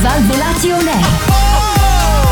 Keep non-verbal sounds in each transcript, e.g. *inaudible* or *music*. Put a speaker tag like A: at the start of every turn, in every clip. A: Svalvolati on air.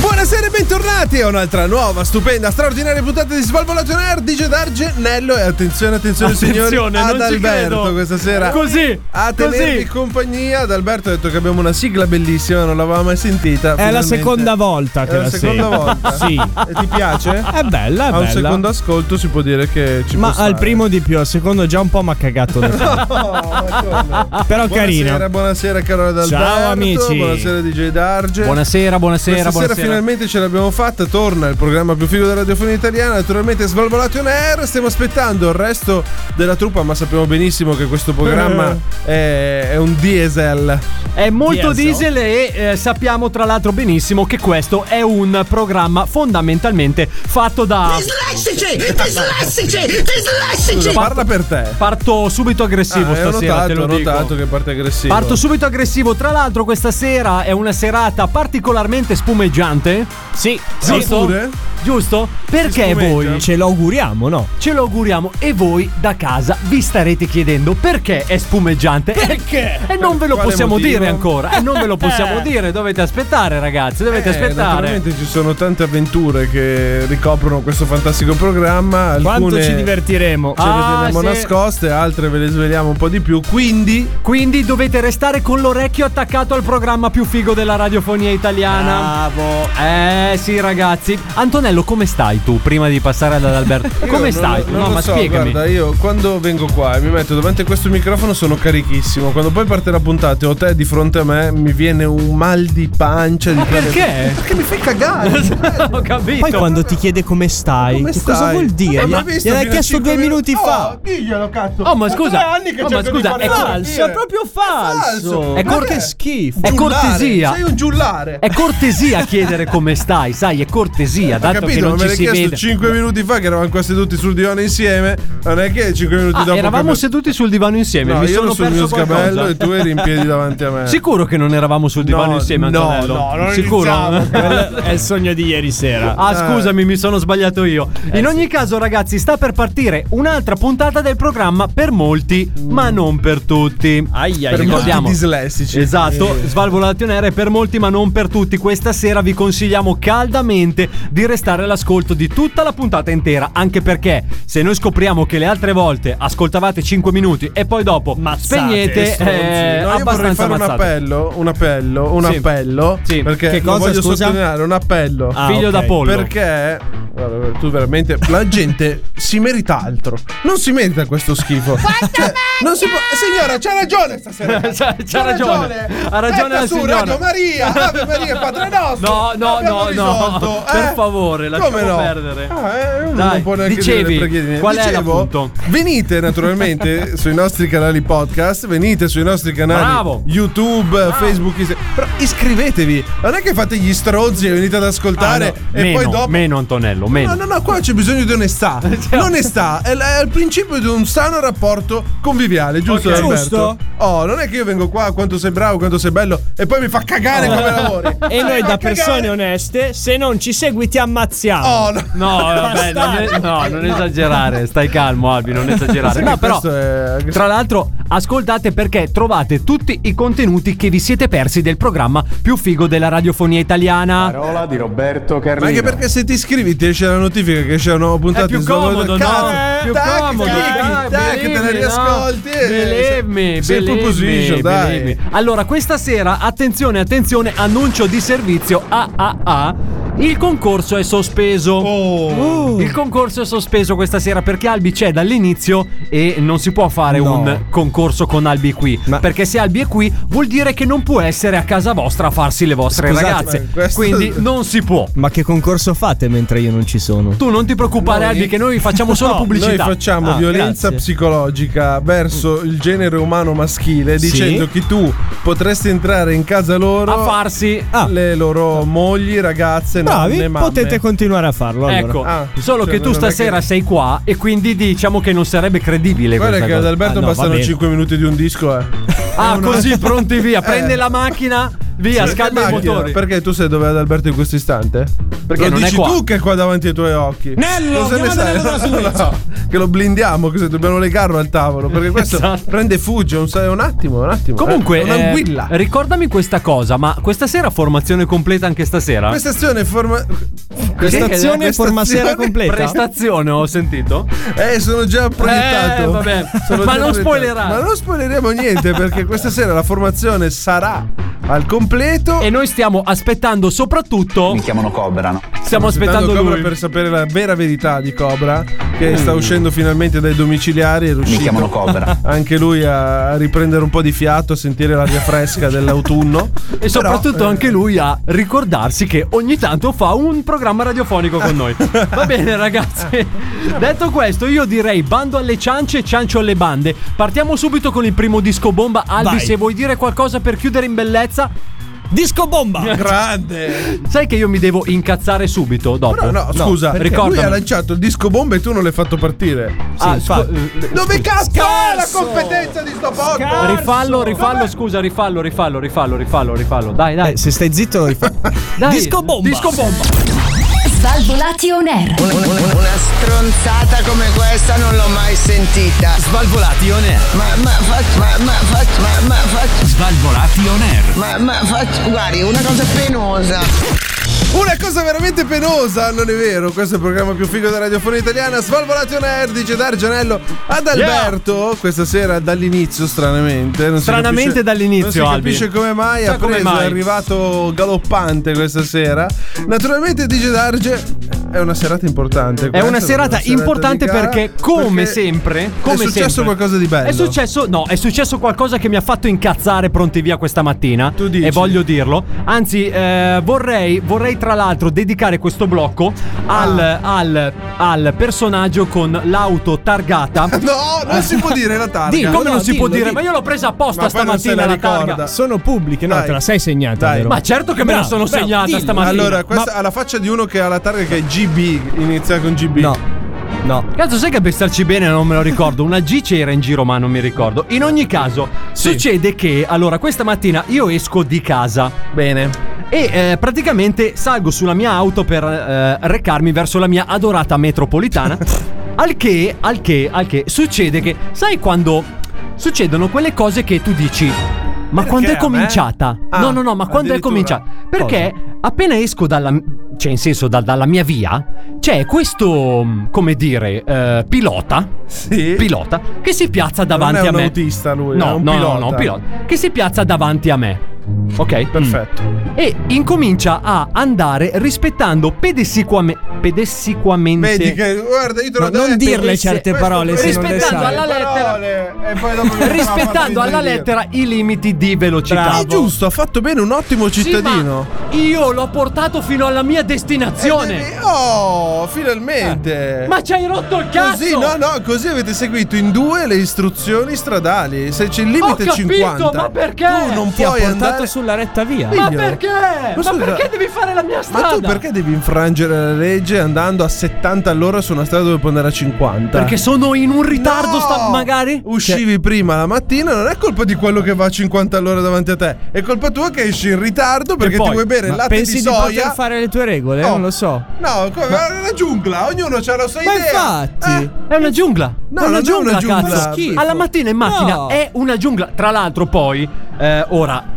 B: Buonasera e bentornati a un'altra nuova, stupenda, straordinaria puntata di Svalvolation Air di Darge, Nello e attenzione, attenzione, signori
C: Attenzione, non
B: ad
C: ci
B: Alberto
C: credo.
B: questa sera.
C: Così,
B: A tenervi
C: così.
B: compagnia, ad Alberto ha detto che abbiamo una sigla bellissima, non l'avevamo mai sentita.
C: È la
B: finalmente.
C: seconda volta
B: È
C: che
B: la
C: la
B: seconda
C: sento.
B: volta.
C: Sì.
B: E ti piace?
C: È bella, è
B: a un
C: bella.
B: secondo ascolto si può dire che ci
C: ma
B: può
C: al
B: stare. Oh,
C: primo di più, al secondo già un po' mi ha cagato.
B: *laughs*
C: nel- Però
B: Buonasera,
C: *laughs* carino.
B: buonasera Carola D'Alberto.
C: Ciao, amici.
B: Buonasera DJ Darge.
D: Buonasera, buonasera,
B: Questa sera
D: buonasera.
B: finalmente ce l'abbiamo fatta, torna il programma più figo della radiofonia italiana, naturalmente Svalvolati on Air, stiamo aspettando il resto della truppa, ma sappiamo benissimo che questo programma
D: Eh.
B: è, è un diesel.
D: È molto
C: Diesel.
D: diesel e eh, sappiamo tra l'altro benissimo che questo è un programma fondamentalmente fatto da...
E: Dislessici! Dislessici! Dislessici!
B: Parla per te.
D: Parto subito aggressivo
B: Ah, eh, ho
D: stasera,
B: notato,
D: te lo
B: ho
D: dico.
B: notato che parte aggressiva.
D: Parto subito aggressivo, tra l'altro questa sera è una serata particolarmente spumeggiante. Sì, giusto?
B: Oppure?
D: Giusto? Perché
B: spumeggia?
D: voi
C: Ce lo auguriamo, no?
D: ce lo auguriamo e voi da casa vi starete chiedendo perché è spumeggiante. Perché? E non ve lo
B: quale
D: possiamo
B: motivo?
D: dire ancora. E non ve lo possiamo dire, dovete aspettare ragazzi, dovete
B: Eh,
D: aspettare.
B: Naturalmente ci sono tante avventure che ricoprono questo fantastico programma. Alcune
C: Quanto ci divertiremo.
B: ce le
D: Ah,
B: teniamo
D: sì.
B: nascoste, altre ve le sveliamo un po' di più. Quindi
D: Quindi dovete restare con l'orecchio attaccato al programma più figo della radiofonia italiana. Bravo. Eh sì, ragazzi. Antonello, come stai tu prima di passare ad Alberto?
B: *laughs* Io
D: Come
B: non-
D: stai tu?
B: non
D: No,
B: lo
D: ma
B: so,
D: spiegami.
B: Guarda, io quando vengo qua e mi metto davanti a questo microfono sono carichissimo. Quando poi parte la puntata e ho te di fronte a me, mi viene un mal di pancia.
D: ma
B: di cane-
D: *laughs* perché?
B: *laughs* Perché mi fai cagare?
D: Ho capito.
C: Poi quando ti chiede come stai,
B: Come
C: che
B: stai?
C: cosa vuol dire?
B: Ma
C: Ma
B: l'hai visto
C: gliel'hai
B: fino a
C: chiesto
B: cinque
C: due minuti
B: minuti?
C: fa.
B: Oh, diglielo, cazzo.
D: Oh, ma
B: È
D: scusa.
B: tre anni che
D: Oh, ma
B: cerco di
D: scusa,
B: far
D: è
B: capire.
D: falso, è
C: proprio falso.
B: falso.
C: È
B: Ma
C: cor-
B: che-
C: che schifo.
D: È
B: Giullare,
D: cortesia. Eh,
B: Sei un giullare.
D: È cortesia chiedere come stai, sai, è cortesia,
B: Ho
D: dato che
B: capito, ma
D: non
B: me
D: ci
B: l'hai
D: si
B: chiesto
D: vede.
B: 5 minuti fa che eravamo qua seduti sul divano insieme. Non è che 5 minuti
D: Ah,
B: dopo.
D: eravamo
B: che-
D: seduti sul divano insieme,
B: No,
D: mi
B: io
D: sono
B: ero sul
D: perso
B: mio
D: qualcosa.
B: sgabello e tu eri in piedi davanti a
D: *laughs*
B: me.
D: Sicuro che non eravamo sul divano
B: Eh. No,
D: insieme,
B: no,
D: Antonello?
B: no, non Eh.
D: Sicuro? *laughs*
C: Quello è il sogno di ieri sera.
D: Ah, scusami, mi sono sbagliato io. In ogni caso, ragazzi, sta per partire un'altra puntata del programma per molti, ma non per tutti.
C: Aia,
B: per molti
D: ricordiamo.
B: dislessici.
D: Esatto, Svalvolazione è per molti ma non per tutti. Questa sera vi consigliamo caldamente di restare all'ascolto di tutta la puntata intera, anche perché se noi scopriamo che le altre volte ascoltavate 5 minuti e poi dopo
C: Mazzate,
D: spegnete,
C: stronzi.
D: eh,
B: No, io vorrei
D: abbastanza
B: fare un
D: mazzate.
B: appello, un appello, un
D: Sì.
B: appello.
D: Sì.
B: Perché
D: Che
B: lo
C: cosa,
B: voglio
C: scusa?
B: sottolineare un appello.
C: Ah,
D: Figlio
C: ok.
D: da pollo.
B: Perché guarda, tu veramente la gente si merita altro. Non si merita questo schifo. Cioè, non si può- Signora, c'ha ragione stasera.
D: *laughs* C'ha- c'ha ragione. Ha ragione
B: Metta
D: la
B: su
D: signora.
B: Radio Maria, Ave Maria, Padre Nostro.
D: No, no,
B: Abbiamo
D: no, no.
B: risolto,
D: *laughs* Per
B: eh?
D: favore, lasciamo
B: Come no?
D: perdere.
B: Ah, eh, uno
D: Dai,
B: non può neanche
D: dicevi,
B: dire le preghierine.
D: qual è
B: Dicevo,
D: l'appunto?
B: Venite
D: *laughs*
B: naturalmente sui nostri canali podcast, venite sui nostri canali
D: Bravo.
B: YouTube, Facebook, Insta- però iscrivetevi. Non è che fate gli strozzi e venite ad ascoltare
D: Ah, no.
B: e
D: meno,
B: poi dopo
D: meno Antonello, meno.
B: No, no, no, qua c'è bisogno di
D: *laughs*
B: onestà.
D: Cioè,
B: L'onestà è, l- è il principio di un sano rapporto conviviale, giusto?
C: Ok.
B: Alberto?
C: Giusto.
B: Oh, non è che io vengo qua quanto sei bravo, quanto sei bello, e poi mi fa cagare
D: *laughs*
B: come lavori.
F: E noi
B: Mi fa cagare.
F: da persone oneste, se non ci segui ti ammazziamo.
B: Oh, no.
D: No, vabbè, non
F: Bastardi.
D: è- no, non esagerare, stai calmo Albi, *laughs* non esagerare.
B: Sai
D: No,
B: che
D: però,
B: questo è-
D: tra l'altro, ascoltate perché trovate tutti i contenuti che vi siete persi del programma più figo della radiofonia italiana.
G: Parola di Roberto
B: Ma anche perché se ti iscrivi ti esce la notifica che c'è una nuova puntata
D: È più
B: di Svalvolta.
D: comodo, no?
B: Cazzo,
D: Più
B: tac,
D: comodo,
B: clicchi,
D: dai,
B: tac, te ne
D: bellimi,
B: riascolti.
D: no? Bellemi,
B: eh, sei in pole position,
D: bellemi,
B: dai.
D: bellemi. Allora, questa sera, attenzione, attenzione, annuncio di servizio AAA. Il concorso è sospeso. Oh. Il concorso è sospeso questa sera perché Albi c'è dall'inizio e non si può fare
C: No.
D: un concorso con Albi qui. Perché se Albi è qui vuol dire che non può essere a casa vostra a farsi le vostre
C: Scusate,
D: ragazze.
C: ma questo-
D: Quindi
B: *laughs*
D: non si può.
C: Ma che concorso fate mentre io non ci sono?
D: Tu non ti preoccupare, Albi, che noi facciamo solo
B: *laughs* No,
D: pubblicità.
B: Noi facciamo
C: Ah,
B: violenza
C: grazie.
B: psicologica verso il genere umano maschile
D: Sì.
B: dicendo che tu potresti entrare in casa loro
D: A farsi-
B: Ah. le loro mogli, ragazze,
C: Bravi,
B: nonne, mamme.
C: potete continuare a farlo. Allora.
D: Ecco,
B: Ah,
D: solo
B: cioè,
D: che tu
B: non è che-
D: stasera sei qua e quindi diciamo che non sarebbe credibile
B: Guarda
D: questa
B: che ad
D: cosa.
B: Alberto
C: Ah, no, va
B: bastano
C: bene.
B: 5 minuti di un disco, eh.
D: Ah, così pronti via,
B: *laughs* Eh.
D: prende la macchina, via,
B: Sì,
D: scalda i
B: macchina,
D: motori.
B: Perché tu sai dove è Alberto in questo istante?
D: Perché
B: lo
D: non è
B: dici
D: qua.
B: tu che è qua davanti ai tuoi occhi.
F: Nello,
B: Cosa ne
F: chiama
B: sai?
F: Nello dalla sicurezza.
B: *laughs* No, che lo blindiamo, così dobbiamo legarlo al tavolo. Perché questo
D: Esatto.
B: prende e fugge. Un, sa- un attimo, un attimo.
D: Comunque,
B: eh, è un'anguilla.
D: eh, ricordami questa cosa, ma questa sera formazione completa anche stasera?
B: questa azione forma.
C: Prestazione forma sera completa.
D: Prestazione, ho sentito.
B: Eh, sono già proiettato.
D: Eh, vabbè.
B: Sono già
D: Ma non
B: proiettato.
D: spoilerare.
B: Ma non spoileremo niente perché questa sera la formazione sarà al completo.
D: E noi stiamo aspettando soprattutto. Mi chiamano Cobra, no? Stiamo aspettando,
B: Cobra
D: lui. Mm.
B: per sapere la vera verità di Cobra che sta uscendo finalmente dai domiciliari è riuscito anche lui a a riprendere un po' di fiato a sentire l'aria fresca dell'autunno
D: *laughs* E soprattutto
B: Però, eh,
D: anche lui a ricordarsi che ogni tanto fa un programma radiofonico con noi. Va bene, ragazzi. Detto questo, io direi bando alle ciance, ciancio alle bande. Partiamo subito con il primo disco bomba. Albi,
C: Vai.
D: se vuoi dire qualcosa per chiudere in bellezza,
C: Disco bomba!
D: *laughs*
B: grande
D: sai che io mi devo incazzare subito dopo.
B: però no, scusa lui ha
D: ricordami.
B: lanciato il disco bomba e tu non l'hai fatto partire
D: Ah,
C: fa-
D: scu- eh,
B: dove cazzo è la
C: Scarso!
B: competenza di sto
C: Scarso!
B: poco
D: Rifallo, rifallo, scusa, rifallo, rifallo, rifallo, rifallo, rifallo. Dai, dai.
C: Eh, se stai zitto lo rifai.
D: dai.
C: Disco bomba!
D: Disco bomba.
A: Svalvolati on air.
H: Una stronzata come questa non l'ho mai sentita.
I: Svalvolati on air.
H: Ma, ma, fac- ma, ma, fac- ma, ma, fac-
I: Svalvolati on air.
H: ma, ma, fac- guardi, una cosa penosa.
B: Una cosa veramente penosa, non è vero? Questo è il programma più figo della radiofonia italiana. Svalvolati on air, dice Dargianello ad Alberto. Questa sera dall'inizio, stranamente. non si
D: Stranamente
B: capisce-
D: dall'inizio,
B: Non si
D: Albi.
B: capisce come mai
D: Sa
B: ha
D: come
B: preso,
D: mai.
B: è arrivato galoppante questa sera. Naturalmente, dice Darge. È una serata importante.
D: È
B: questa,
D: una serata importante
B: di gara,
D: perché, come
B: perché
D: sempre, come
B: è successo
D: sempre,
B: qualcosa di bello.
D: È successo, no, è successo qualcosa che mi ha fatto incazzare pronti via questa mattina.
B: Tu dici?
D: E voglio dirlo. Anzi, eh, vorrei, vorrei tra l'altro dedicare questo blocco
B: Ah.
D: al, al- al personaggio con l'auto targata.
B: No, non si può dire la targa.
D: Di, come non si può
C: dillo,
D: dire?
C: dillo.
D: Ma io l'ho presa apposta
B: Ma poi non se
D: stamattina
B: la
D: la,
B: ricorda.
D: targa.
C: Sono pubbliche, no,
B: Dai.
C: te la sei segnata,
B: Dai.
C: vero?
D: Ma certo che me la
C: Bravo,
D: sono
C: bravo,
D: segnata
C: dillo.
D: stamattina.
B: Allora,
D: Ma-
B: questa ha la faccia di uno che ha la targa che è GB, inizia con GB.
C: No, no.
D: Cazzo, sai che per starci bene non me lo ricordo. Una G c'era in giro, ma non mi ricordo. In ogni caso, succede che allora questa mattina io esco di casa. Bene. E eh, praticamente salgo sulla mia auto per eh, recarmi verso la mia adorata
B: *laughs*
D: metropolitana. al che, al che, al che succede che, sai quando succedono quelle cose che tu dici. Ma quando è
B: a me?
D: cominciata?
B: Ah,
D: no, no, no, ma quando è
B: addirittura.
D: cominciata? Perché appena esco dalla. cioè, in senso, da- dalla mia via, c'è questo, mh, come dire, eh, pilota.
B: Sì.
D: Pilota che si piazza davanti
B: non è
D: a me.
B: un autista lui,
D: no,
B: è un
D: no,
B: pilota.
D: No, no, un pilota. Che si piazza davanti a me. Ok? Mm.
B: Mm. Perfetto.
D: E incomincia a andare rispettando pedessiquame, pedessiquamente.
B: Vedi che guarda, io te lo
C: Ma non dirle certe parole se non le
D: Rispettando
C: sai.
D: alla lettera. *laughs* *laughs* rispettando alla lettera i limiti di velocità.
B: È giusto, ha fatto bene un ottimo
D: Sì,
B: cittadino.
D: ma io l'ho portato fino alla mia
B: Eh,
D: destinazione.
B: Oh, finalmente.
D: Eh. Ma ci hai rotto il cazzo!
B: Così, no, no, così avete seguito in due le istruzioni stradali. Se c'è il limite
D: Ho capito,
B: 50.
D: ma perché?
B: Tu non
C: Ti ha
B: puoi
C: portato
B: andare
C: sulla retta via.
D: Ma
B: Figlio.
D: perché?
B: Ma
D: Ma,
B: scusa,
D: perché devi fare la mia strada?
B: Ma tu perché devi infrangere la legge piace andando a 70 all'ora su una strada dove può andare a 50.
D: Perché sono in un ritardo, sta- magari? Cioè,
B: Uscivi prima la mattina, non è colpa di quello che va a 50 all'ora davanti a te, è colpa tua che esci in ritardo perché
F: E poi,
B: ti vuoi bere il
F: ma
B: latte
F: pensi
B: di
F: di
B: soia.
F: poter fare le tue regole?
D: Eh,
B: No.
F: Non lo so.
B: No, come è una giungla, ognuno ha la sua
F: Ma
B: idea. Eh?
F: infatti,
D: Eh, è una giungla.
B: No,
D: è una
B: non è
D: giungla,
B: una giungla.
D: cazzo.
B: Schifo.
D: Alla mattina in macchina
B: No.
D: è una giungla. Tra l'altro, poi, eh, ora.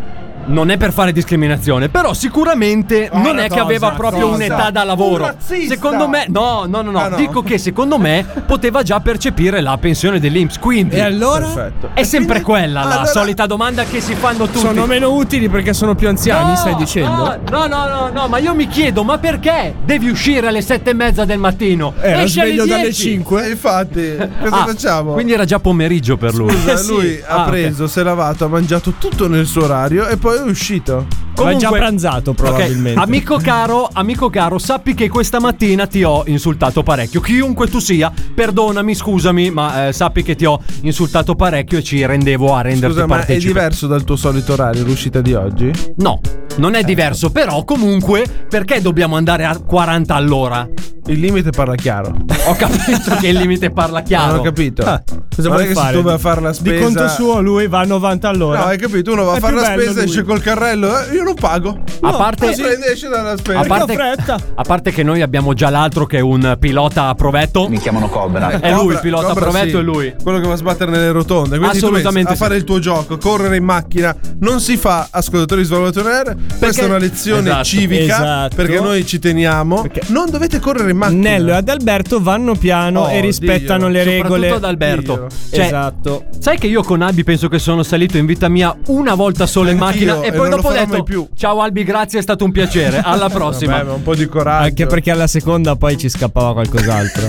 D: Non è per fare discriminazione, però sicuramente
B: Oh,
D: non è
B: cosa,
D: che aveva proprio
B: cosa.
D: un'età da
B: Un
D: lavoro.
B: razzista.
D: Secondo me, no, no, no, no.
B: Ah, no.
D: Dico che secondo me poteva già percepire la pensione dell'Inps. Quindi,
F: E allora?
B: Perfetto.
D: è sempre quella la
F: allora-
D: solita domanda che si fanno tutti.
F: sono meno utili perché sono più anziani,
D: No,
F: stai dicendo?
D: No, no, no, no, no, ma io mi chiedo, ma perché devi uscire alle sette e mezza del mattino?
F: Eh,
B: Era
D: Esci alle
B: sveglio dalle
D: 10.
B: 5. E infatti, cosa
D: Ah,
B: facciamo?
D: Quindi era già pomeriggio per lui.
B: Scusa,
D: *laughs* Sì.
B: lui ha
D: Ah, ok.
B: preso, si è lavato, ha mangiato tutto nel suo orario e poi è uscito.
D: Comunque-
F: già pranzato,
D: Ok,
F: probabilmente.
D: Amico caro, amico caro, sappi che questa mattina ti ho insultato parecchio. Chiunque tu sia, perdonami, scusami, ma eh, sappi che ti ho insultato parecchio e ci rendevo a renderti
B: Scusa, ma è
D: partecipe.
B: diverso dal tuo solito orario l'uscita di oggi?
D: No, non è diverso, però comunque perché dobbiamo andare a 40 all'ora?
B: Il limite parla chiaro.
D: Ho capito che il limite parla chiaro.
B: Non ho capito.
D: Ah,
B: cosa non è che si doveva fare la spesa.
C: Di conto suo, lui va a 90 all'ora.
B: No, hai capito? Uno va a
C: È
B: fare
C: più
B: la
C: bello
B: spesa,
C: lui.
B: esce col carrello. eh, io non pago.
D: A parte-
B: così prende e esce dalla spesa.
D: A parte, a parte che noi abbiamo già l'altro che è un pilota a provetto. Mi chiamano Cobra. È lui il pilota a
B: Cobra,
D: provetto,
B: sì.
D: è lui.
B: Quello che va a sbattere nelle rotonde. Quindi
D: Assolutamente
B: Assolutamente.
D: sì.
B: a fare il tuo gioco, correre in macchina. Non si fa, ascoltatori di Svalbard Air. Questa è una lezione
D: Esatto.
B: civica.
F: Esatto.
B: Perché noi ci teniamo. Non dovete correre in macchina.
F: Nelo e Adalberto vanno piano
B: Oh,
F: e rispettano
B: Dio.
F: le
D: Soprattutto
F: regole.
D: ad Alberto.
F: Dio.
D: Cioè,
F: esatto.
D: Sai che io con Albi penso che sono salito in vita mia una volta solo in
B: Anch'io,
D: macchina e
B: e non
D: poi
B: lo
D: dopo ho
B: farò
D: detto
B: mai più.
D: ciao Albi, grazie, è stato un piacere. Alla prossima.
B: *laughs* Vabbè, ma un po' di coraggio.
F: Anche perché alla seconda poi ci scappava qualcos'altro.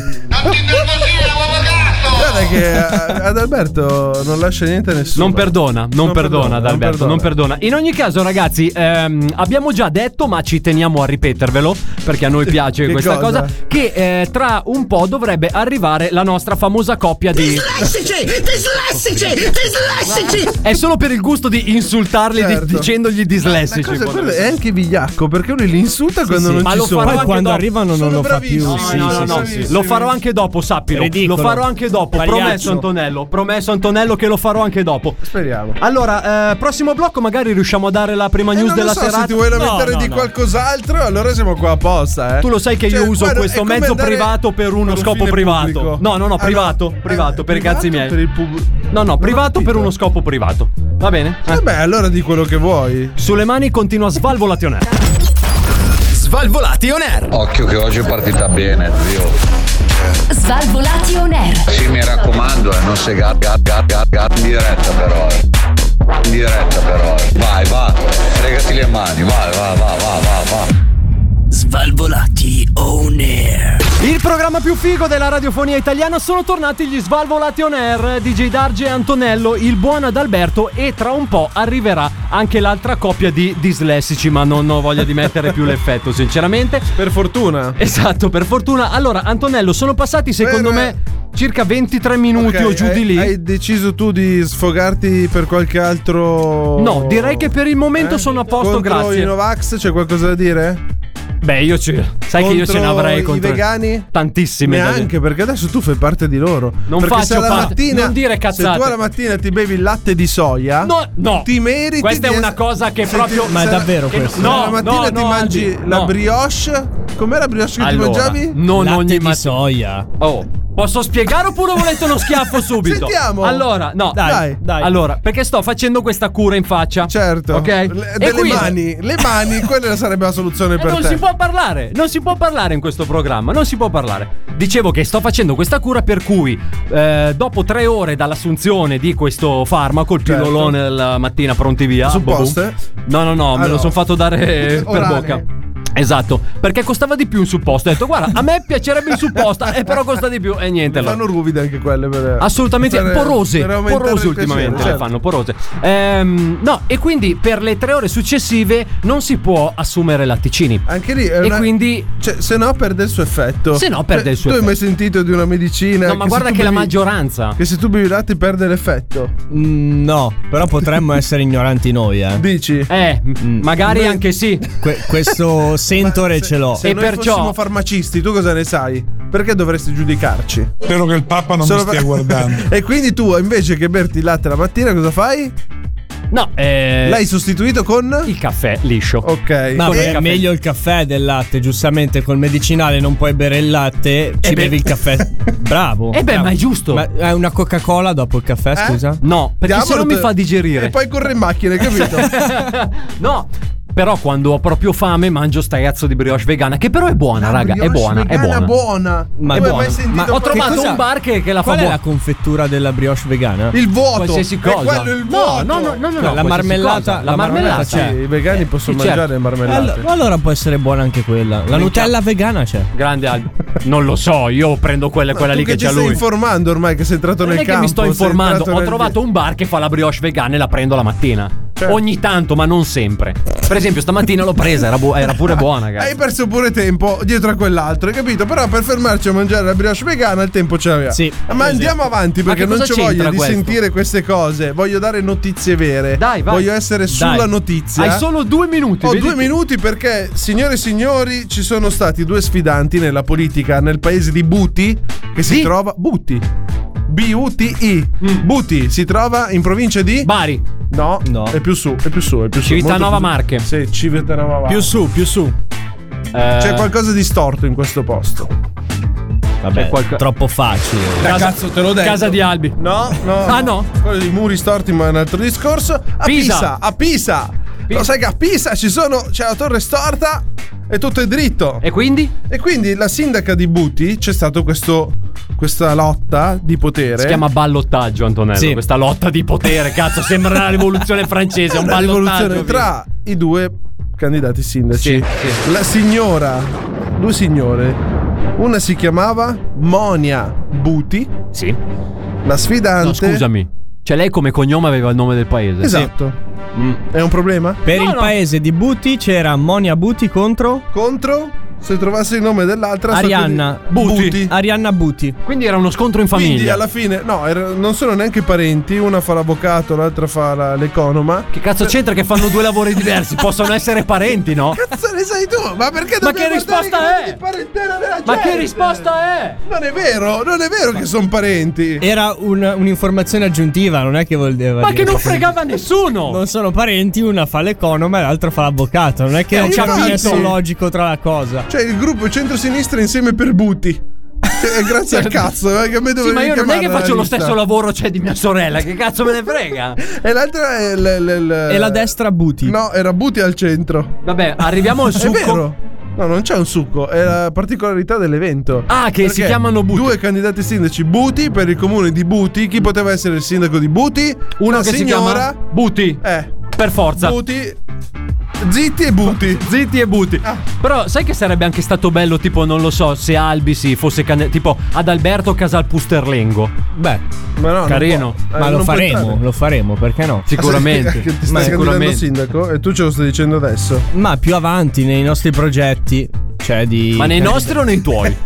B: Guarda che eh, ad Alberto non lascia niente a nessuno.
D: Non perdona, non, perdona, ad Alberto, non perdona. In ogni caso, ragazzi, ehm, abbiamo già detto, ma ci teniamo a ripetervelo perché *laughs* a noi piace
B: Che
D: questa cosa.
B: cosa?
D: che eh, tra un po' dovrebbe arrivare la nostra famosa coppia di.
J: Dislessici! Dislessici! Dislessici!
D: È solo per il gusto di insultarli di-
B: Certo.
D: dicendogli
B: Ma
D: dislessici.
B: cosa,
D: quando-
B: quello Eh, è anche vigliacco perché uno li insulta quando
D: sì.
B: non
D: Ma
B: ci
D: lo
B: sono.
D: farò anche
F: Quando
D: dopo.
F: arrivano non
B: Sono
F: lo fa più.
B: bravissimo.
F: sì,
D: No, no,
F: sì,
D: no,
F: sì.
B: sì, sì.
D: lo farò anche dopo, sappilo.
F: Ridicolo.
D: Lo farò anche dopo.
F: Pagliaccio.
D: Promesso, Antonello. Promesso, Antonello, che lo farò anche dopo.
B: Speriamo.
D: Allora, eh, prossimo blocco, magari riusciamo a dare la prima
B: Eh,
D: news
B: non lo
D: della
B: so,
D: serata.
B: se ti vuoi lamentare
F: No, no,
B: di
F: no.
B: qualcos'altro, allora siamo qua apposta. Eh.
D: Tu lo sai che
B: Cioè,
D: io uso
B: guarda, è
D: questo
B: come
D: mezzo
B: andare
D: privato per uno
B: con un
D: scopo
B: fine
D: privato.
B: pubblico.
D: No, no, no,
B: Ah,
D: privato, privato, per i cazzi
B: privato
D: miei.
B: per il pub-
D: No, no,
B: Non ho
D: privato per
B: capito.
D: uno scopo privato. Va bene? Eh.
B: Vabbè, allora di quello che vuoi.
D: Sulle mani continua a svalvolati on air.
I: Svalvolati on air.
G: Occhio che oggi è partita bene, zio.
A: Svalvolati on air.
G: Sì, mi raccomando, eh, non sei gat, gat, gat, gat, gat, in diretta però. eh. In diretta però. eh. Vai, va, fregati le mani, vai, va, va, va, va, va.
J: Svalvolati on air.
D: Il programma più figo della radiofonia italiana sono tornati gli Svalvolati on air. DJ Darge e Antonello, il buon Adalberto. E tra un po' arriverà anche l'altra coppia di dislessici. Ma non ho voglia di mettere più l'effetto, sinceramente.
B: Per fortuna.
D: Esatto, per fortuna. Allora, Antonello, sono passati secondo
B: Beh,
D: me circa 23 minuti
B: Ok,
D: o giù
B: hai,
D: di lì.
B: Hai deciso tu di sfogarti per qualche altro.
D: No, direi che per il momento
B: Eh?
D: sono a posto,
B: Contro
D: grazie.
B: i Novax c'è qualcosa da dire?
D: Beh, io ci. Sai che io ce ne
B: Contro
D: avrei
B: i
D: contro
B: vegani?
D: Tantissime. da dire.
B: Neanche perché adesso tu fai parte di loro.
D: Non
B: perché se
D: faccio
B: alla
D: parte-
B: mattina,
D: non dire cazzate.
B: Se tu alla mattina ti bevi il latte di soia,
D: No, no.
B: ti meriti.
D: Questa è
B: di
D: una
B: es-
D: cosa che
B: se
D: proprio-
B: ti-
D: Ma è
B: se la-
F: davvero
B: che-
F: questo?
B: se
D: No,
B: alla mattina
D: no,
B: ti
D: no,
B: mangi
D: Albi,
B: la
D: no.
B: brioche. Com'era la brioche che
D: Allora,
B: ti mangiavi?
D: Non
F: Latte
D: ogni
F: di
D: mattina.
F: soia.
D: Oh. Posso spiegare oppure volete uno schiaffo subito?
B: Sentiamo.
D: Allora, no,
B: Dai,
F: dai.
D: Allora, perché sto facendo questa cura in faccia.
B: Certo.
D: Ok?
B: Le-
D: E
B: delle
D: quindi-
B: mani. Le
D: *laughs*
B: mani, quella sarebbe la soluzione
D: E
B: per
D: non
B: te.
D: si può parlare, non si può parlare in questo programma, non si può parlare. Dicevo che sto facendo questa cura per cui eh, dopo tre ore dall'assunzione di questo farmaco, il
B: Certo.
D: pillolone della mattina pronti via.
B: Su
D: boom, boom.
B: poste?
D: No, no, no, me
B: Ah,
D: lo
B: no.
D: sono fatto dare eh, per
B: Orale.
D: bocca. Esatto, perché costava di più un supposto. Ho detto, guarda, a me piacerebbe il supposto, eh, però costa di più. E niente. allora.
B: Fanno ruvide anche quelle. Per,
D: Assolutamente
B: per-
D: porose,
B: per aumentare
D: porose
B: il piacere,
D: ultimamente le
B: certo.
D: fanno porose. Ehm, no, e quindi per le tre ore successive non si può assumere latticini.
B: Anche lì. È
D: E
B: una-
D: quindi-
B: Cioè, se no, perde il suo effetto. Eh,
D: Se no, perde il suo
B: tu
D: effetto.
B: hai mai sentito di una medicina.
D: No, ma
B: se
D: guarda
B: tu
D: che la
B: bevi-
D: maggioranza.
B: Che se tu bevi latte perde l'effetto.
F: Mm, No, però potremmo essere ignoranti noi, eh.
B: Dici?
D: Eh, magari anche sì.
F: Que- questo sentore ce l'ho.
B: Se e noi perciò... fossimo farmacisti, tu cosa ne sai? Perché dovresti giudicarci?
K: Spero che il Papa non Solo mi stia per... guardando.
B: *laughs* e quindi tu, invece che berti il latte la mattina, cosa fai?
D: No, eh,
B: l'hai sostituito con
D: il caffè liscio.
B: Ok,
F: ma
B: con
F: è il meglio il caffè del latte. Giustamente, col medicinale non puoi bere il latte, ci
D: Eh beh.
F: bevi il
D: *laughs*
F: caffè. Bravo,
D: eh beh,
F: bravo.
D: ma è giusto.
F: Ma è una Coca-Cola dopo il caffè,
B: Eh?
F: scusa?
D: No, perché
B: Diavolo,
D: se no mi
B: te-
D: fa digerire.
B: E poi corre in macchina, hai
D: *laughs*
B: capito?
D: no. Però quando ho proprio fame mangio sta cazzo di brioche vegana che però è buona, raga, è
B: Brioche
D: buona, è
B: vegana
D: buona.
B: buona.
F: Ma
B: Tu
F: è
B: hai
F: buona.
B: mai sentito
F: Ma
D: Ho
B: parlare-
D: trovato
F: cosa-
D: un bar che, che la fa
F: Qual è
D: buona.
F: la confettura della brioche vegana?
B: Il vuoto.
D: Qualsiasi
B: È
D: cosa.
B: quello il
D: no,
B: vuoto. Cioè,
D: no, no, no, no,
F: La
D: no, qualsiasi
F: marmellata-
D: cosa.
F: la
D: la marmellata.
F: marmellata,
B: Sì,
D: c'è.
B: i vegani possono
D: sì, certo.
B: mangiare marmellate.
F: Allo- allora può essere buona anche quella. La Nutella vegana c'è.
D: Grande Albi. Non lo so, io prendo quella, quella
B: Tu
D: lì
B: che
D: che
B: ci
D: c'ha
B: stai
D: lui.
B: informando ormai che sei entrato
D: Non
B: nel
D: è
B: campo.
D: che mi sto
B: sei
D: informando,
B: entrato
D: ho
B: nel-
D: trovato un bar che fa la brioche vegana e la prendo la mattina.
B: Certo.
D: Ogni tanto, ma non sempre. Per esempio, stamattina l'ho presa, era, bu- era pure
B: *laughs*
D: buona,
B: Hai
D: ragazzi.
B: perso pure tempo dietro a quell'altro, hai capito? Però per fermarci a mangiare la brioche vegana il tempo ce l'aveva.
F: Sì.
B: Ma andiamo avanti perché
D: Ma che
B: non
D: cosa
B: ci voglio
D: c'entra
B: di
D: questo?
B: sentire queste cose. Voglio dare notizie vere.
D: Dai, vai.
B: Voglio essere sulla
F: Dai.
B: notizia.
D: Hai solo due minuti.
B: Ho
D: vedi
B: due
D: tu.
B: minuti perché, signore e signori, ci sono stati due sfidanti nella politica nel paese di Buti, che si
D: Di?
B: trova. Buti. B-U-T-I.
D: Mm.
B: Buti si trova in provincia di.
D: Bari,
B: no,
F: No.
B: È più su, è più su. È più su molto
D: Civitanova
B: più
D: Marche.
B: su. Sì, Civitanova Marche.
F: Più su, più su.
B: C'è qualcosa di storto in questo posto.
F: Vabbè,
D: Eh, qualco-
F: troppo facile.
B: Da Eh, cazzo te l'ho detto.
D: Casa di Albi.
B: No, no.
D: Ah, no?
B: Quello dei muri storti, ma è un altro discorso. A Pisa,
D: Pisa.
B: a Pisa. Lo sai che a Pisa ci sono, c'è la torre storta e tutto è dritto.
D: E quindi?
B: E quindi la sindaca di Buti c'è stato questo, questa lotta di potere.
D: Si chiama ballottaggio, Antonello.
F: Sì.
D: Questa lotta di potere, cazzo, sembra la rivoluzione
B: *laughs*
D: francese. È un
B: una rivoluzione
D: ballottaggio.
B: tra i due candidati sindaci.
D: Sì, sì.
B: La signora, due signore, una si chiamava Monia Buti,
D: Sì.
B: la sfidante.
D: No, scusami. Cioè, lei come cognome aveva il nome del paese.
B: Esatto.
D: Mm.
B: È un problema?
F: Per
D: No,
F: il
D: no.
F: paese di Buti c'era Monia Buti contro
B: Contro, se trovassi il nome dell'altra,
F: Arianna
B: sotto di- Buti.
F: Arianna Buti.
D: Quindi era uno scontro in famiglia.
B: Quindi alla fine, no, era- non sono neanche parenti. Una fa l'avvocato, l'altra fa la- l'economa.
D: Che cazzo c'entra che fanno due lavori diversi? Possono essere parenti, no?
B: Cazzo ne sai tu? Ma perché
D: Ma
B: dobbiamo
D: che
B: guardare
D: risposta
B: i casi
D: è?
B: di parentela della
D: Ma che
B: gente?
D: risposta è?
B: Non è vero, non è vero che sono parenti.
F: Era un- un'informazione aggiuntiva, non è che voleva
D: Ma
F: dire
D: che non fregava nessuno!
F: Non sono parenti, una fa l'economa e l'altra fa l'avvocato. Non è che c'è un
B: infatti.
F: nesso logico tra la cosa.
B: Cioè, il gruppo centrosinistra insieme per Buti. Cioè, grazie
D: *laughs*
B: al cazzo, eh, che a me
D: Certo. Sì,
B: dovevi
D: ma io non è
B: richiamarla
D: che
B: alla
D: faccio lo
B: lista.
D: stesso lavoro, cioè, di mia sorella. Che cazzo me ne frega?
B: E l'altra è. l- l- l-
F: E la destra Buti.
B: Eh, No, era Buti al centro.
D: Vabbè, arriviamo al
B: È
D: succo.
B: vero. No, non c'è un succo, è la particolarità dell'evento.
D: Ah, che si
B: Perché
D: chiamano Buti.
B: Due candidati sindaci, Buti per il comune di Buti. Chi poteva essere il sindaco di Buti?
D: Uno
B: Una
D: che
B: signora.
D: si chiama Buti.
B: Eh,
D: Per forza.
B: Buti. Zitti e Buti.
D: Zitti e butti.
B: Ah.
D: Però sai che sarebbe anche stato bello, tipo, non lo so, se Albi si fosse cane- tipo ad Alberto Casal Pusterlengo.
F: Beh,
B: Ma no, non
D: Carino.
B: può. Eh,
F: ma lo
B: non può
F: faremo,
B: entrare.
F: lo faremo, perché no?
B: Ah,
D: Sicuramente.
B: sì, *laughs* che Ti
D: Ma
B: stai candidando
D: sicuramente.
B: sindaco e tu ce lo stai dicendo adesso.
F: Ma più avanti nei nostri progetti, cioè di
D: Ma nei nostri o nei tuoi?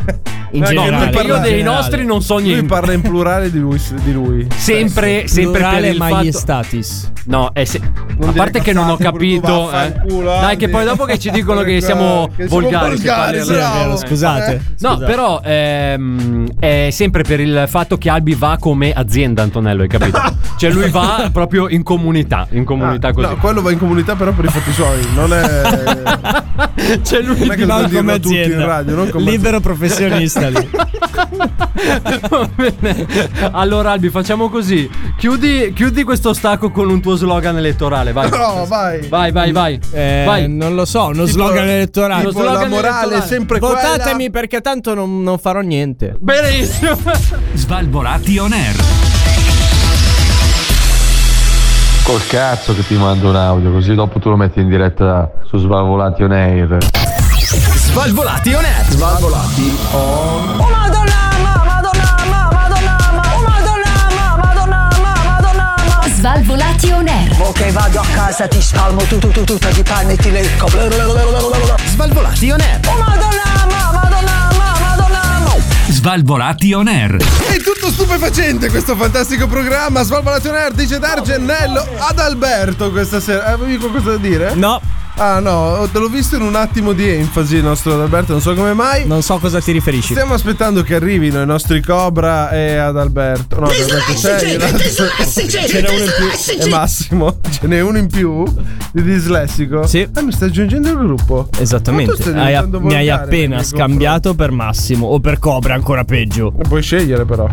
F: in
B: No, che
F: generale,
B: lui
D: Perché io
B: parla-
D: dei
F: in generale.
D: nostri non so
B: Lui
D: niente.
B: parla in plurale di lui. Di lui.
D: sempre, sempre per
F: Plurale
D: il fatto...
F: maiestatis.
D: No, eh, se- a
B: dire
D: parte che non ho
B: cazzate,
D: capito.
B: brutto, vaffanculo,
D: eh. Dai, che poi
B: Albi.
D: dopo che ci dicono che siamo
B: Che siamo
D: volgari. se
B: volgari,
D: parli
F: Sì, è
D: alla-
B: Ah, Bravo.
F: vero, scusate.
B: Eh.
D: No,
F: scusate.
D: però ehm, è sempre per il fatto che Albi va come azienda, Antonello, hai capito? cioè lui va proprio in comunità, in comunità
B: Ah,
D: così.
B: No, quello va in comunità però per i fatti suoi. Non
D: *laughs*
B: è.
D: cioè lui
B: Non è che
D: va-
B: lo
F: Non
B: devo dirlo
F: come
B: a tutti
F: azienda.
B: in radio, non come *laughs*
F: Libero professionista lì.
D: *laughs* Va bene. Allora Albi, facciamo così. Chiudi, chiudi questo stacco con un tuo slogan elettorale, vai.
B: No, vai.
D: Vai, vai, vai.
F: Eh,
D: vai.
F: Non lo so, uno
B: Tipo-
F: slogan elettorale.
D: Lo
B: Tipo, la
D: slogan
B: morale è
D: elettorale.
B: sempre
F: Votatemi
B: quella.
F: perché tanto non, non farò niente.
D: Benissimo.
I: Svalvolati on air.
G: Col cazzo che ti mando un audio, così dopo tu lo metti in diretta su Svalvolati on Air.
I: Svalvolati on air.
A: Svalvolati on air.
H: Ok, vado a casa, ti spalmo tu, tu, tu, tu, ti panni, ti lecco.
I: Svalvolati on air.
H: Oh madonna, ma, madonna, ma, madonna, ma.
I: Svalvolati on air.
B: È tutto stupefacente questo fantastico programma. Svalvolato Nerd dice Dargenello ad Alberto questa sera. Avevi Eh, qualcosa da dire?
F: No,
B: Ah no, te l'ho visto in un attimo di enfasi il nostro Adalberto, non so come mai.
F: Non so cosa ti riferisci.
B: Stiamo aspettando che arrivino i nostri Cobra e Adalberto. No, Adalberto c'è. Ce n'è uno in più.
D: cioè.
B: E Massimo, ce n'è uno in più di dislessico.
F: Sì.
B: Ah, mi stai aggiungendo il gruppo. Esatto. Ma tu
F: Esattamente.
B: stai
F: Hai-
B: diventando
F: mi
B: volgare
F: hai
B: nei
F: appena
B: miei
F: scambiato per Massimo o per Cobra, ancora peggio.
B: Puoi scegliere
F: *laughs*
B: però.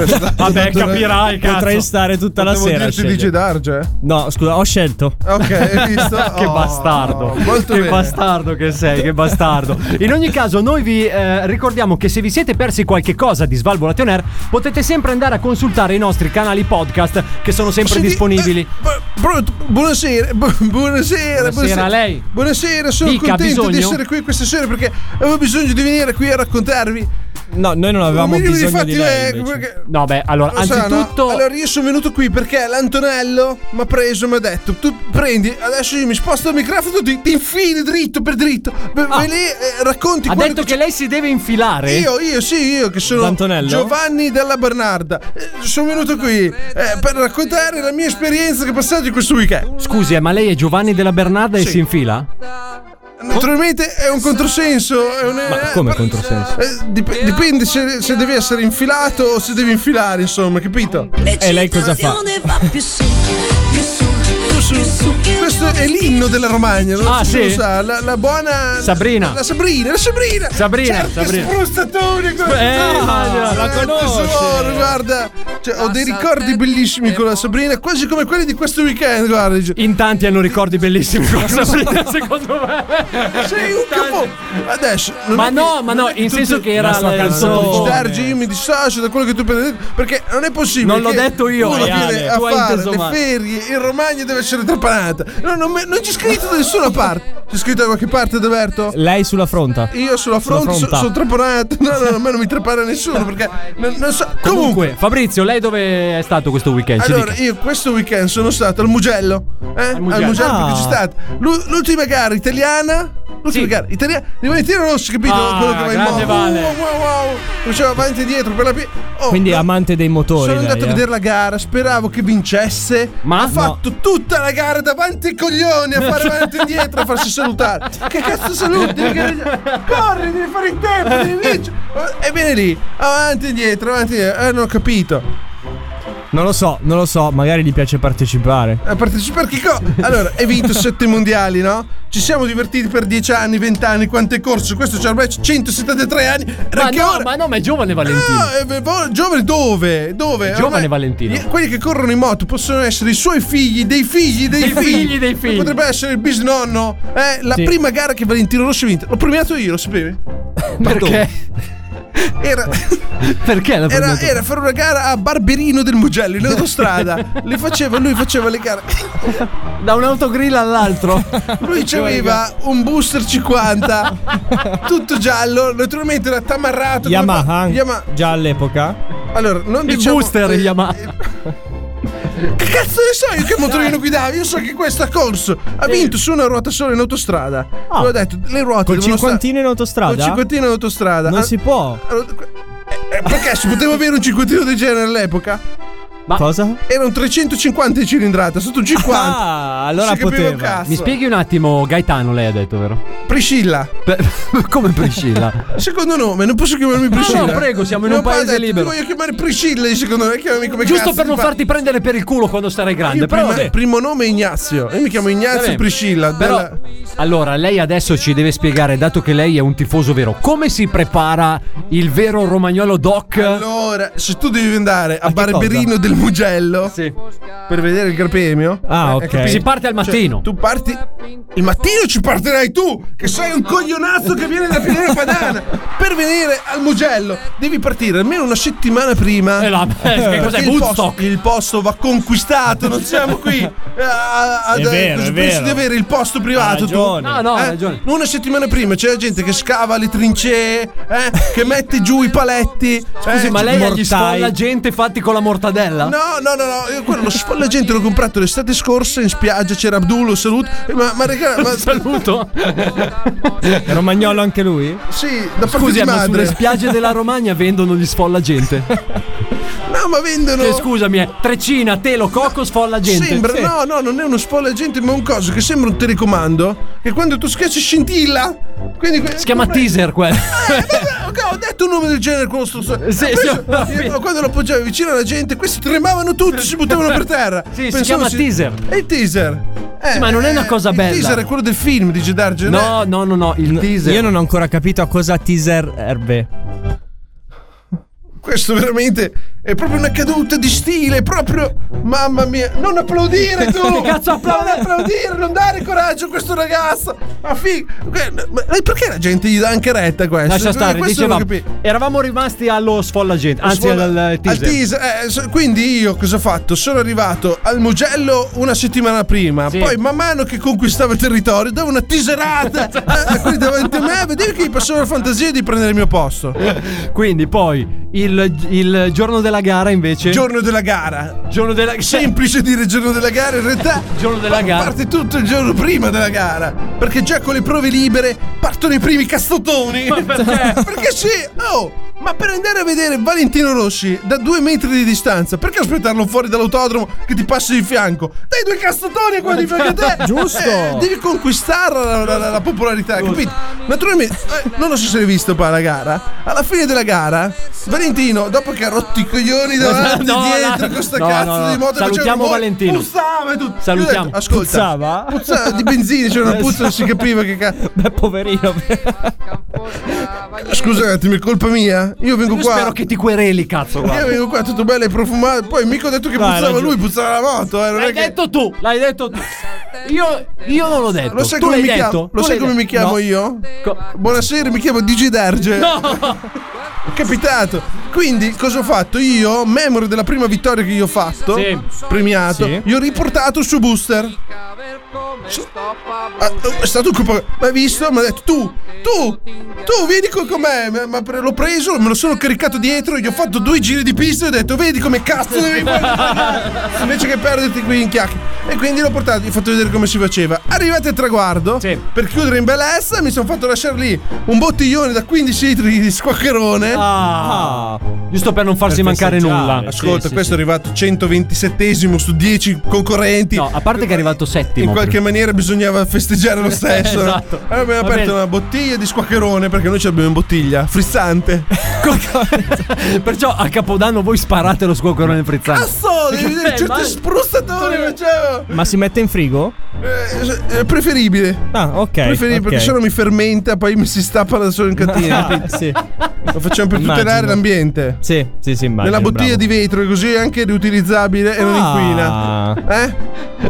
B: Esatto.
D: Vabbè, capirai, cazzo.
F: Potrei stare tutta la
B: Potevo
F: sera. a
B: dirti
F: scegliere.
B: Luigi Darge.
F: No, scusa, ho scelto.
B: Ok,
F: *laughs*
B: hai visto?
D: che
B: Oh,
D: bastardo,
B: molto
D: che
B: bene.
D: bastardo che sei, che bastardo. In ogni caso, noi vi eh, ricordiamo che se vi siete persi qualche cosa di Svalvolation Air, potete sempre andare a consultare i nostri canali podcast che sono sempre
B: Senti,
D: disponibili.
B: Eh, Bu- bu- buonasera, bu- buonasera,
D: Buonasera a lei.
B: Buonasera, sono
D: Dica, ha
B: contento di
D: bisogno?
B: essere qui questa sera perché avevo bisogno di venire qui a raccontarvi.
F: No, noi non avevamo
B: Un minimo di
F: bisogno
B: fatti,
F: di lei.
B: eh,
F: invece.
B: perché-
D: No, beh, allora,
B: Lo sa, no?
D: anzitutto.
B: Allora, io sono venuto qui perché l'Antonello mi ha preso e mi ha detto: Tu prendi, adesso io mi sposto il microfono, ti, ti infili dritto per dritto. Beh,
F: Ah.
B: vai lì e eh, racconti
D: Ha
B: quello
D: detto
B: che
D: che lei si deve infilare.
B: Io, io, sì, io che sono
F: D'Antonello?
B: Giovanni della Bernarda. Eh, sono venuto qui eh, per raccontare la mia esperienza che ho passato in questo weekend.
D: Scusi, eh, ma lei è Giovanni della Bernarda e si infila?
B: Naturalmente è un controsenso. È un,
F: Oh. Ma
B: eh,
F: come
B: per-
F: controsenso?
B: eh, dip- dipende se, se devi essere infilato o se devi infilare, insomma, capito?
F: E lei cosa fa?
B: Questo è l'inno della Romagna, non
D: Ah,
B: so se
D: sì?
B: lo sa, la, la buona
D: Sabrina.
B: La Sabrina, la Sabrina.
D: Sabrina,
B: Certo,
D: Sabrina.
B: spruzzatone così.
D: Eh, immagina, la conosce.
B: Ah, tesoro, guarda, Cioè, ho dei ricordi bellissimi con la Sabrina, quasi come quelli di questo weekend, guarda.
D: In tanti hanno ricordi bellissimi con Sabrina, secondo me.
B: Sei un capo. Adesso non
D: Ma
B: è che-
D: no, ma
B: non
D: no,
B: è
D: in
B: tutte-
D: senso che era
F: la sua
D: la
F: canzone.
D: canzone.
B: Dargi, io mi dissocio da quello che tu prendi perché non è possibile.
D: Non l'ho
B: che
D: detto io,
B: Uno
D: Ale,
B: viene a
D: tu hai
B: fare
D: inteso
B: le
D: male.
B: ferie in Romagna e deve essere trapanata. No, non, me- non c'è scritto da nessuna parte. C'è scritto da qualche parte, Daverto?
F: Lei sulla fronta.
B: Io sulla fronte so-
F: fronta.
B: sono trapanato. No, no, a me non mi trapana nessuno perché non, non so. Comunque,
D: Comunque, Fabrizio, lei dove è stato questo weekend? Ci
B: allora
D: dica.
B: io questo weekend sono stato al Mugello. Eh? Al Mugello,
D: Mugello. Ah.
B: perché c'è stata l'u- l'ultima gara italiana. L'ultima gara italiana di Valentino Rossi, capito?
D: Ah,
B: quello che va in
D: grande
B: moto.
D: Vale.
B: Wow, wow, wow. Faceva avanti e dietro per la pi- Oh,
F: Quindi
B: no.
F: amante dei motori.
B: Sono andato
F: lei,
B: a
F: eh?
B: vedere la gara, speravo che vincesse.
D: Ma?
B: ha fatto tutta la gara davanti ai coglioni a fare avanti e indietro, a farsi salutare. Che cazzo saluti? Che- Corri, devi fare in tempo, devi vincere. E viene lì, avanti e indietro, avanti e indietro. Eh, non ho capito.
F: Non lo so, non lo so, magari gli piace partecipare.
B: Ha partecipato che co- Allora, hai vinto sette mondiali, no? Ci siamo divertiti per 10 anni, 20 anni, quanto è corso? Questo c'ha ormai 173 anni.
D: Ma
B: che
D: no,
B: ora?
D: ma no, ma è giovane Valentino.
B: No, eh, beh, vo- giovane dove? Dove?
D: Giovane Valentino.
B: gli- Quelli che corrono in moto possono essere i suoi figli, dei figli, dei,
D: Dei figli, dei figli.
B: Potrebbe essere il bisnonno. Eh, la
F: Sì.
B: prima gara che Valentino Rossi ha vinto. L'ho premiato io, lo sapevi? eh,
D: Perché?
B: *laughs* Era,
D: Perché l'ha
B: era,
D: Eh, premiato?
B: era fare una gara a Barberino del Mugello in autostrada. Le faceva, lui faceva le gare.
D: *laughs* Da un autogrill all'altro.
B: Lui aveva un booster 50, tutto giallo. Naturalmente era tamarrato. come
F: Yamaha,
B: fa- Yamaha.
F: già all'epoca.
B: Allora, non
D: Il
B: diciamo
D: booster
B: eh,
D: Yamaha.
B: *laughs* Che cazzo ne so io che motorino guidavo? Io so che questa corso ha vinto su una ruota sola in autostrada.
F: Ah.
B: L'ho detto, le ruote
F: Col
B: devono sta-
F: cinquantino in
B: Col
F: autostrada.
B: cinquantino in autostrada.
F: Non
B: Ah,
F: si può.
B: allora, eh, eh, Perché si poteva avere un cinquantino del genere all'epoca?
F: Cosa?
B: Era un 350 di cilindrata, sotto un 50.
F: Ah, allora
B: si capiva un
F: poteva.
B: cazzo.
D: Mi spieghi un attimo, Gaetano, lei ha detto, vero?
B: Priscilla,
D: Come Priscilla?
B: secondo nome, non posso chiamarmi Priscilla.
D: Ah, no, prego, siamo in
B: Mio
D: un paese
B: padre ha detto,
D: libero."
B: Ti voglio chiamare Priscilla, di secondo me, chiamami come
D: Giusto
B: cazzo
D: per
B: ti
D: non
B: pare.
D: farti prendere per il culo quando sarai grande.
B: Io
D: Però,
B: prima-
D: vabbè.
B: primo nome è Ignazio. Io mi chiamo
D: Va
B: Ignazio
D: bene.
B: Priscilla.
D: Però,
B: della-
D: allora, lei adesso ci deve spiegare, dato che lei è un tifoso vero, come si prepara il vero romagnolo doc?
B: Allora, se tu devi andare a
F: che cosa?
B: Barberino del Mugello
D: Sì.
B: per vedere il Gran Premio,
F: Ah,
B: eh,
F: ok.
B: capito?
D: Si parte al mattino.
B: tu parti il mattino ci partirai tu, che sei un coglionazzo che viene da Pianura Padana per venire al Mugello. Devi partire almeno una settimana prima.
D: Eh,
B: *laughs*
D: la- che cos'è,
B: Perché il posto,
D: Woodstock?
B: il posto va conquistato, non siamo
D: *laughs*
B: qui. eh, a- a-
F: È vero, è
B: pensi
F: vero.
B: di avere il posto privato
F: Ha
B: tu.
F: ragione.
D: No, no,
B: Eh?
D: hai ragione.
B: Una settimana prima c'è la gente che scava le trincee, eh, che mette giù i paletti.
D: Scusi,
B: eh,
D: ma
B: ci-
D: lei ha gli
F: mortai.
D: sfolla gente fatti con la mortadella?
B: No, no, no, no, io quello lo sfollagente l'ho comprato l'estate scorsa in spiaggia, c'era Abdul, lo saluto. Eh, Ma, ma raga,
D: *laughs*
B: ma
D: Saluto.
F: Romagnolo anche lui?
B: sì, da parte
D: Scusi,
B: di
D: ma sulle
B: madre.
D: spiagge della Romagna vendono gli sfolla gente.
B: *laughs* No, No, ma vendono.
D: Che scusami, è trecina, telo, cocco, sfolla gente.
B: Sembra,
D: Sì.
B: no, no, non è uno spoiler gente, ma è un coso che sembra un telecomando. Che quando tu schiacci scintilla. Quindi que- Eh,
D: Si chiama
B: *laughs*
D: teaser quello.
B: Ok, ho detto un nome del genere con sto. Ho
D: Sì,
B: preso-
D: sì, ho
B: io- quando lo appoggiavi vicino alla gente, questi tremavano tutti, si buttavano per terra.
D: Sì, si
B: Pensavo
D: chiama teaser.
B: È il teaser. Eh,
D: Ma non è una cosa bella.
B: Il teaser è quello del film, dice Dargen.
D: No, no, no, no, il teaser.
F: Io non ho ancora capito a cosa teaser erbe.
B: Questo veramente è proprio una caduta di stile, è proprio. Mamma mia, non applaudire tu!
D: *laughs* Che cazzo applaudi?
B: Non applaudire, non dare coraggio a questo ragazzo! Ma fig- Ma perché la gente gli dà anche retta a questo?
D: Lascia stare,
B: Questo
D: dicevamo,
B: non lo capi-
D: eravamo rimasti allo sfolla gente, anzi
B: Sfolla-
D: al, al
B: al
D: teaser.
B: teaser, eh, so- quindi io cosa ho fatto? Sono arrivato al Mugello una settimana prima, poi man mano che conquistavo il territorio davo una
D: *laughs*
B: teaserata eh, a quelli davanti a me, vedevi che gli passava la fantasia di prendere il mio posto.
D: Eh. Quindi poi il, il giorno della gara invece...
B: Giorno della gara.
D: Giorno della Cioè,
B: Semplice dire giorno della gara, in realtà
D: giorno della gara.
B: parte tutto il giorno prima della gara, perché già con le prove libere partono i primi castotoni.
D: Ma perché?
B: *laughs* Perché sì, oh, ma per andare a vedere Valentino Rossi da due metri di distanza, perché aspettarlo fuori dall'autodromo che ti passi di fianco? Dai due castotoni a quello di fianco a te!
D: *laughs*
F: Giusto.
B: Eh, devi conquistare la, la- la- la popolarità, capito? Naturalmente, eh, non lo so se l'hai visto qua la gara, alla fine della gara, Valentino, dopo che ha rotto i coglioni davanti,
D: *laughs* No, no,
B: dietro,
D: no.
B: con questa
D: No,
B: cazzo
D: no, no.
B: di moto
D: Salutiamo
B: faceva rumore,
D: Valentino.
B: Puzzava e tutto. Io ho
D: Salutiamo.
B: detto, ascolta,
D: Puzzava?
B: puzzava di benzina, c'era una puzza, non si capiva che
D: *laughs*
B: cazzo.
F: Beh, poverino.
B: Scusa un attimo, è colpa mia? Io vengo
D: Io
B: qua.
D: spero che ti quereli, cazzo. guarda.
B: Io vengo qua tutto bello e profumato. Poi mica ho detto che
D: Dai,
B: puzzava
D: ragione.
B: lui, puzzava la moto. Eh, non
D: L'hai
B: è che-
D: detto tu, l'hai detto tu. Io, io non l'ho detto.
B: Lo sai
D: tu
B: come,
D: l'hai
B: mi
D: detto?
B: chiamo,
D: Tu
B: lo sai
D: l'hai
B: come mi
D: detto?
B: chiamo
D: No.
B: io?
D: Co-
B: Buonasera, mi chiamo Digi Darge.
D: No.
B: Capitato. Quindi, cosa ho fatto? Io, memore della prima vittoria che io ho fatto,
D: Sì.
B: premiato,
D: Sì.
B: gli ho riportato su Booster. Su- Ah, è stato un colpo. Ma hai visto? Mi ha detto tu, tu, tu, vieni co- con me. Ma- ma pre- l'ho preso, me lo sono caricato dietro. Gli ho fatto due giri di pista e ho detto, vedi come cazzo devi fare.
D: *laughs*
B: Invece che perderti qui in chiacchiere. E quindi l'ho portato, gli ho fatto vedere come si faceva. Arrivati al traguardo, per chiudere in bellezza, mi sono fatto lasciare lì un bottiglione da 15 litri di squaccherone.
D: Ah. Giusto per non farsi mancare nulla.
B: Ascolta, questo è arrivato 127esimo su 10 concorrenti.
D: No, a parte che è arrivato settimo.
B: In qualche maniera bisognava festeggiare
D: *laughs*
B: lo stesso. no?
D: Esatto.
B: Allora abbiamo
D: Va
B: aperto
D: bene.
B: una bottiglia di squaccherone perché noi ce l'abbiamo in bottiglia,
D: *laughs*
B: frizzante. *laughs*
D: Perciò a Capodanno voi sparate lo squacquerone frizzante.
B: Cazzo, Oh, devi vedere
D: Eh,
B: certi
D: ma-
B: spruzzatori facevo.
F: Ma si mette in frigo?
B: Eh, eh, preferibile.
F: Ah, ok.
B: Preferibile
F: ok.
B: perché sennò mi fermenta, poi mi si stappa da
D: *laughs*
B: solo in cantina.
F: Ah,
B: capito?
F: sì.
B: Lo facciamo per
F: Immagino.
B: tutelare l'ambiente.
F: Sì, sì, sì, immagino.
B: Nella bottiglia
F: bravo.
B: di vetro, che così è anche riutilizzabile e non inquina.
F: Ah.
B: Eh?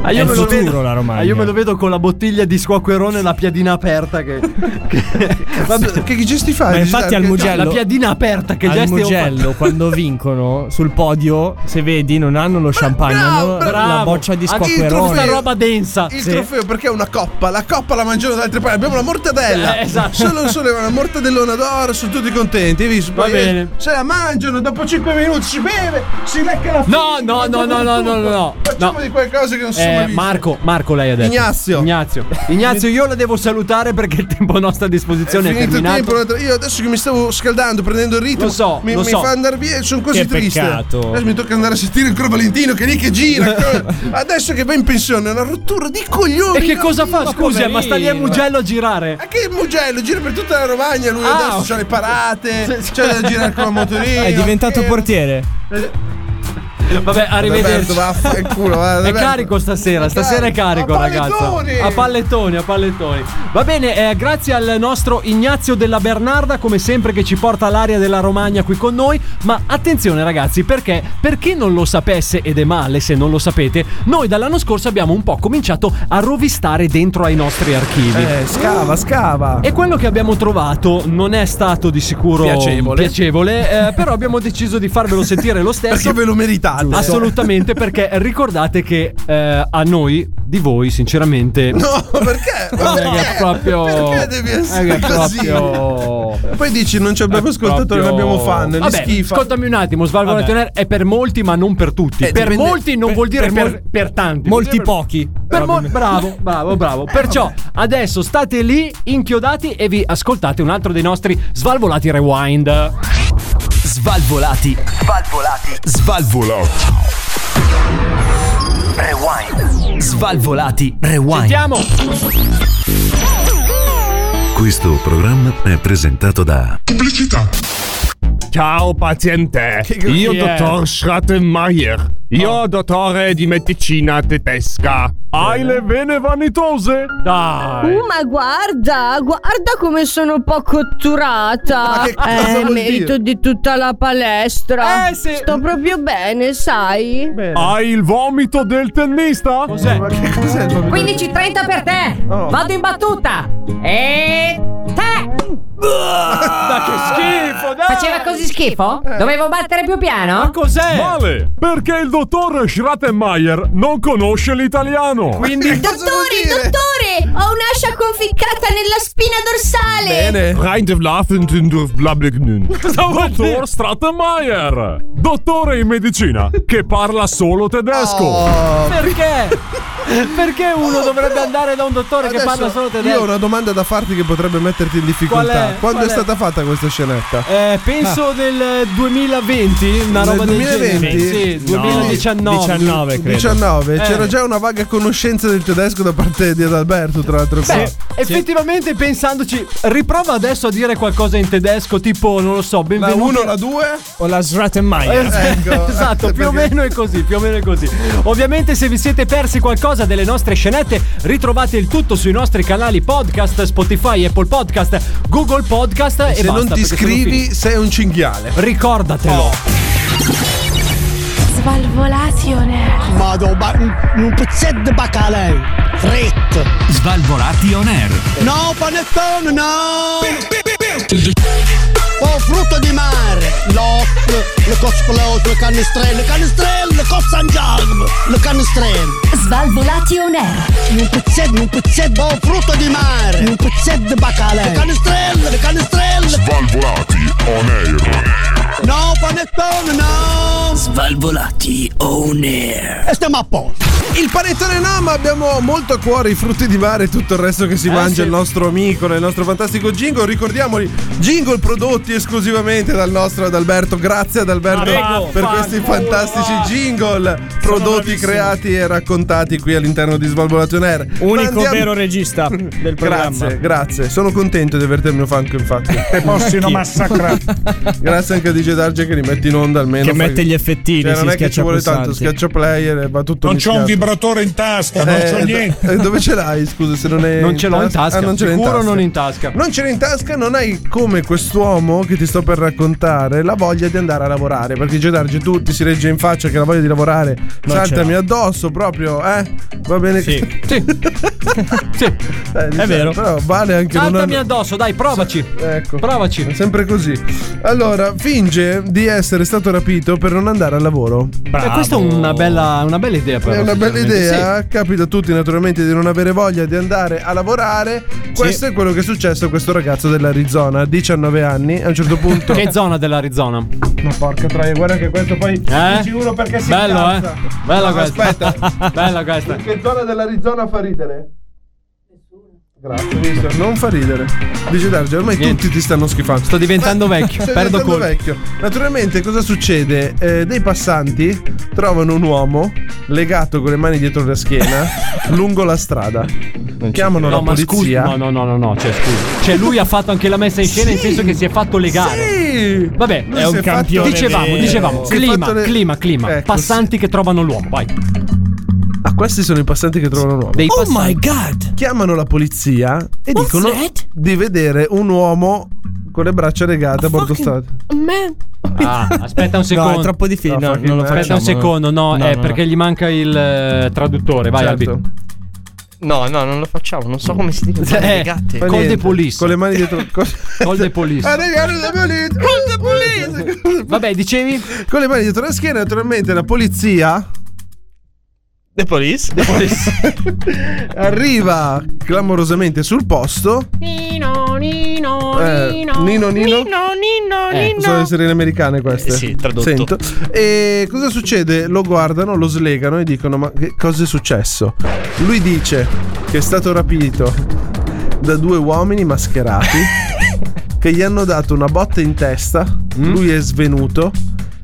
D: Ah,
F: È
D: io,
F: il
D: me lo
F: futuro,
D: vedo,
F: la Romagna.
D: ah, io me lo vedo con la bottiglia di squacquerone e la piadina aperta. *laughs* Che, che-
B: Vabbè, che gesti fai?
F: Ma infatti al Mugello-
D: la piadina aperta, che
F: Al
D: gesti ho
F: Mugello,
D: *laughs*
F: quando vincono sul podio, se vedi, non hanno lo champagne, hanno
D: fatto?
F: la boccia di
B: Ah,
D: Anche il
F: squacquerone.
D: trofeo- Questa roba densa.
B: Il
D: Sì.
B: trofeo perché è una coppa, la coppa la mangiano da altre parti, abbiamo la mortadella.
D: Eh, esatto.
B: Solo solo una mortadellona d'oro, sono tutti contenti, hai visto? Poi
D: Va bene.
B: eh, se la mangiano, dopo 5 minuti si beve, si lecca la
D: No,
B: figa,
D: no, no, no, no, no, no, no.
B: Facciamo
D: No.
B: di qualcosa che non si
D: Eh,
B: mai visto.
D: Marco, Marco lei ha detto.
B: Ignazio.
D: Ignazio. Ignazio, io la devo salutare perché il tempo a nostra
B: È
D: disposizione è,
B: finito il
D: terminato.
B: tempo, un'altra- io adesso che mi stavo scaldando, prendendo il ritmo,
D: Lo so,
B: mi,
D: lo
B: mi
D: so.
B: fa andare via e sono così
F: Che
B: triste.
F: peccato.
B: Adesso mi tocca andare a sentire ancora Valentino che è lì che gira.
D: *laughs*
B: adesso che va in pensione, è una rottura di coglioni.
D: E che cosa fa?
B: Ma
D: Scusa, ma sta lì a
F: poverino.
D: Mugello a girare.
B: Ma che Mugello gira per tutta la Romagna lui
D: Ah,
B: adesso
D: ok.
B: c'ha le parate,
D: Sì, sì.
B: c'è da girare con la motorina.
F: È
D: Eh.
F: diventato portiere.
D: Vabbè,
B: Roberto,
D: arrivederci.
B: vaffanculo, va,
D: È
B: Roberto.
D: carico stasera, stasera è carico
B: A
D: ragazzo.
B: pallettoni!
D: A pallettoni, a pallettoni. Va bene, eh, grazie al nostro Ignazio della Bernarda come sempre che ci porta l'aria della Romagna qui con noi, ma attenzione ragazzi perché per chi non lo sapesse ed è male se non lo sapete, noi dall'anno scorso abbiamo un po' cominciato a rovistare dentro ai nostri archivi.
C: Eh, scava, scava.
D: E quello che abbiamo trovato non è stato di sicuro
C: Piacevole.
D: piacevole, eh, però abbiamo deciso di farvelo
B: *laughs*
D: sentire lo stesso.
B: Perché ve lo meritate.
D: Ah, Assolutamente, perché ricordate che eh, a noi, di voi, sinceramente.
B: No,
D: *laughs*
B: perché? Ma
D: non è che
B: perché?
D: è proprio.
B: Perché devi essere
D: è che è
B: così?
D: proprio.
B: Poi dici non ci abbiamo ascoltatori, non abbiamo fan, li
D: Vabbè,
B: schifa.
D: ascoltami un attimo,
F: Vabbè.
D: Svalvolationer è per molti ma non per tutti.
B: Eh,
D: per
B: dipende-
D: molti non vuol dire per,
F: per
D: per, tanti.
F: Molti
D: Vuol dire-
F: pochi.
D: per mo-
F: probabilmente.
L: *laughs*
D: bravo, bravo, bravo.
L: Eh,
D: Perciò adesso state lì inchiodati e vi ascoltate un altro dei nostri svalvolati rewind.
M: Svalvolati. Svalvolati. Svalvolati. Rewind. Svalvolati. Rewind.
D: Sentiamo.
N: Questo programma è presentato da
L: Pubblicità. Ciao paziente,
O: Che
L: Eh, io
O: chi è?
L: dottor Schrattenmeier, io dottore di medicina tedesca. Hai le vene vanitose? Eh, Dai!
P: Uh, ma guarda, guarda come sono poco cotturata.
L: che cosa
P: Eh,
L: vuol Eh,
P: merito di tutta la palestra. Sto proprio bene, sai?
L: Hai il vomito del tennista? Cos'è? Che cos'è il vomito?
Q: 15.30 per te!
L: Oh.
Q: Vado in battuta! E te!
D: Ma che schifo, dai!
Q: Faceva così schifo?
D: Eh.
Q: Dovevo battere più piano?
D: Ma cos'è?
L: Male, perché il dottor Schrattenmeier non conosce l'italiano.
R: dottore, dottore, ho un'ascia conficcata nella spina dorsale.
L: Dottor Strattenmeier, dottore in medicina, che parla solo tedesco.
D: Perché? Perché uno dovrebbe andare da un dottore che
B: Adesso
D: parla solo
B: Io ho
D: tedesco?
B: una domanda da farti che potrebbe metterti in difficoltà.
D: Qual è?
B: Quando
D: Qual
B: è,
D: è?
B: stata fatta questa scenetta?
D: Eh, penso del 2020, una
B: Ah. Nel
D: roba
B: 2020?
D: del genere. Sì, 2019.
B: 19,
D: Eh.
B: c'era già una vaga conoscenza del tedesco da parte di Adalberto, tra l'altro.
D: Beh, effettivamente pensandoci, riprova adesso a dire qualcosa in tedesco, tipo, non lo so, benvenuto.
B: uno, la due?
D: O la Srattenmeier. *laughs*
B: Ecco.
D: esatto, più o meno è così, più o meno è così. Ovviamente se vi siete persi qualcosa delle nostre scenette, ritrovate il tutto sui nostri canali podcast, Spotify, Apple Podcast, Google Podcast e,
B: se
D: basta,
B: non ti
D: perché sono
B: iscrivi,
D: finiti.
B: sei un cinghiale.
D: Ricordatelo.
S: Svalvolazione. Vado Eh, un pezzetto di bacalei. Fritto.
I: Svalvolati on air.
S: No, panettone, no. Oh, frutto di mare. L'op, le cosplot, le canestrelle, le canestrelle, le cossangialm, le canestrelle. Svalvolati on air. Un pezzetto, un pezzetto. Oh, frutto di mare. Un pezzetto di bacalei. Le canestrelle, le canestrelle.
T: Svalvolati on air.
S: No, panettone, no.
M: Svalvolati on air.
S: E stiamo a posto.
B: Il panettone no, ma abbiamo molto a cuore i frutti di mare e tutto il resto che si
D: Eh,
B: mangia
D: sì.
B: il nostro amico nel nostro fantastico jingle. Ricordiamoli, jingle prodotti esclusivamente dal nostro Adalberto. Grazie Adalberto
D: Ma
B: per
D: vaffanculo.
B: questi fantastici jingle prodotti,
D: bravissimi.
B: creati e raccontati qui all'interno di Svalvolation Air. Ma
F: Unico
B: andiamo- *laughs*
F: vero regista del programma.
B: Grazie, grazie. Sono contento di aver terminofunk, infatti.
K: *laughs*
B: Te
F: possino
B: massacrare. *laughs* grazie anche a DJ Darge che li mette in onda almeno.
F: Che
B: Fai-
F: mette gli effettini,
B: Cioè,
F: si
B: non è che
F: schiaccia
B: ci vuole tanto,
F: pulsanti.
B: schiaccia player e va tutto
K: Non c'ho un
B: mischiato.
K: vibratore in tasca, non
B: Eh,
K: c'ho
B: do-
K: niente.
B: eh, Dove ce l'hai? Scusa, se non è.
D: Non ce l'ho in tasca,
B: Ah, non ce l'hai in
D: sicuro
B: tasca.
D: non in tasca.
B: Non ce l'hai in tasca, non hai come quest'uomo che ti sto per raccontare la voglia di andare a lavorare. Perché Gedarge, tu ti si legge in faccia che la voglia di lavorare
D: Non
B: saltami
D: ce l'ho.
B: addosso proprio, eh? Va bene.
D: Sì.
B: *laughs* sì.
D: È vero.
B: Però vale anche non
D: Saltami addosso, dai, provaci.
B: Ecco.
D: Provaci.
B: È sempre così. Allora, finge di essere stato rapito per non andare al lavoro.
D: Eh, questa è una bella, una bella idea, però.
B: È una bella
D: sinceramente.
B: idea, capita a tutti naturalmente di non avere voglia di andare a lavorare. Questo è quello che è successo a questo ragazzo dell'Arizona, 19 anni, a un certo punto...
D: *laughs* Che zona dell'Arizona?
B: Ma porca troia, guarda che questo poi...
D: Eh?
B: giuro perché si
D: Bello,
B: incazza.
D: eh? Bella
B: No,
D: questa. *laughs*
B: aspetta.
D: Bella questa.
B: Che zona dell'Arizona fa ridere? Grazie, visto. Non fa ridere. Dice Darge, ormai tutti ti stanno schifando.
D: Sto diventando
B: Ma-
D: vecchio,
B: stai
D: perdo
B: diventando
D: colpi.
B: Cioè, vecchio. Naturalmente, cosa succede? Eh, dei passanti trovano un uomo legato con le mani dietro la
D: *laughs*
B: schiena lungo la strada. Chiamano
D: No,
B: la
D: ma
B: polizia.
D: scusa. No, no, no, no, no, cioè, scusa. Cioè, lui ha fatto anche la messa in scena, nel senso che si è fatto legare.
B: Sì!
D: Vabbè,
B: Lui si è fatto-
D: Dicevamo,
B: vero.
D: dicevamo,
B: Si è
D: clima,
B: fatto le-
D: clima, clima.
B: Ecco,
D: passanti che trovano l'uomo, vai.
B: Ah, questi sono i passanti che trovano un uomo.
D: Dei passanti.
B: god! Chiamano la polizia e
R: What's
B: dicono
R: that?
B: di vedere un uomo con le braccia legate a bordo strada.
R: Man.
F: *laughs*
D: Ah, aspetta un secondo.
F: No, è troppo difficile, no, non lo
D: Aspetta
F: facciamo,
D: un secondo, no,
F: no,
D: è
F: no,
D: perché gli manca il eh, traduttore, vai
B: Certo.
D: Albi.
U: No, no, non lo facciamo. Non so come si dicono
D: Eh,
U: le gatte.
B: Fa
D: Col
B: niente.
D: de police.
B: Con Eh, le mani dietro.
D: *laughs*
B: Col,
D: de police. *laughs* Vabbè, dicevi?
B: Con le mani dietro la schiena, naturalmente la polizia.
U: The police?
B: Arriva clamorosamente sul posto.
Q: Nino, Nino,
B: Eh,
Q: Nino.
B: Nino, Eh, Nino?
Q: Nino, Nino.
B: Sono le sirene americane queste.
U: Eh sì, tradotto.
B: Sento. E cosa succede? Lo guardano, lo slegano e dicono: Ma che cosa è successo? Lui dice che è stato rapito da due uomini mascherati. che gli hanno dato una botta in testa,
D: Mm?
B: lui è svenuto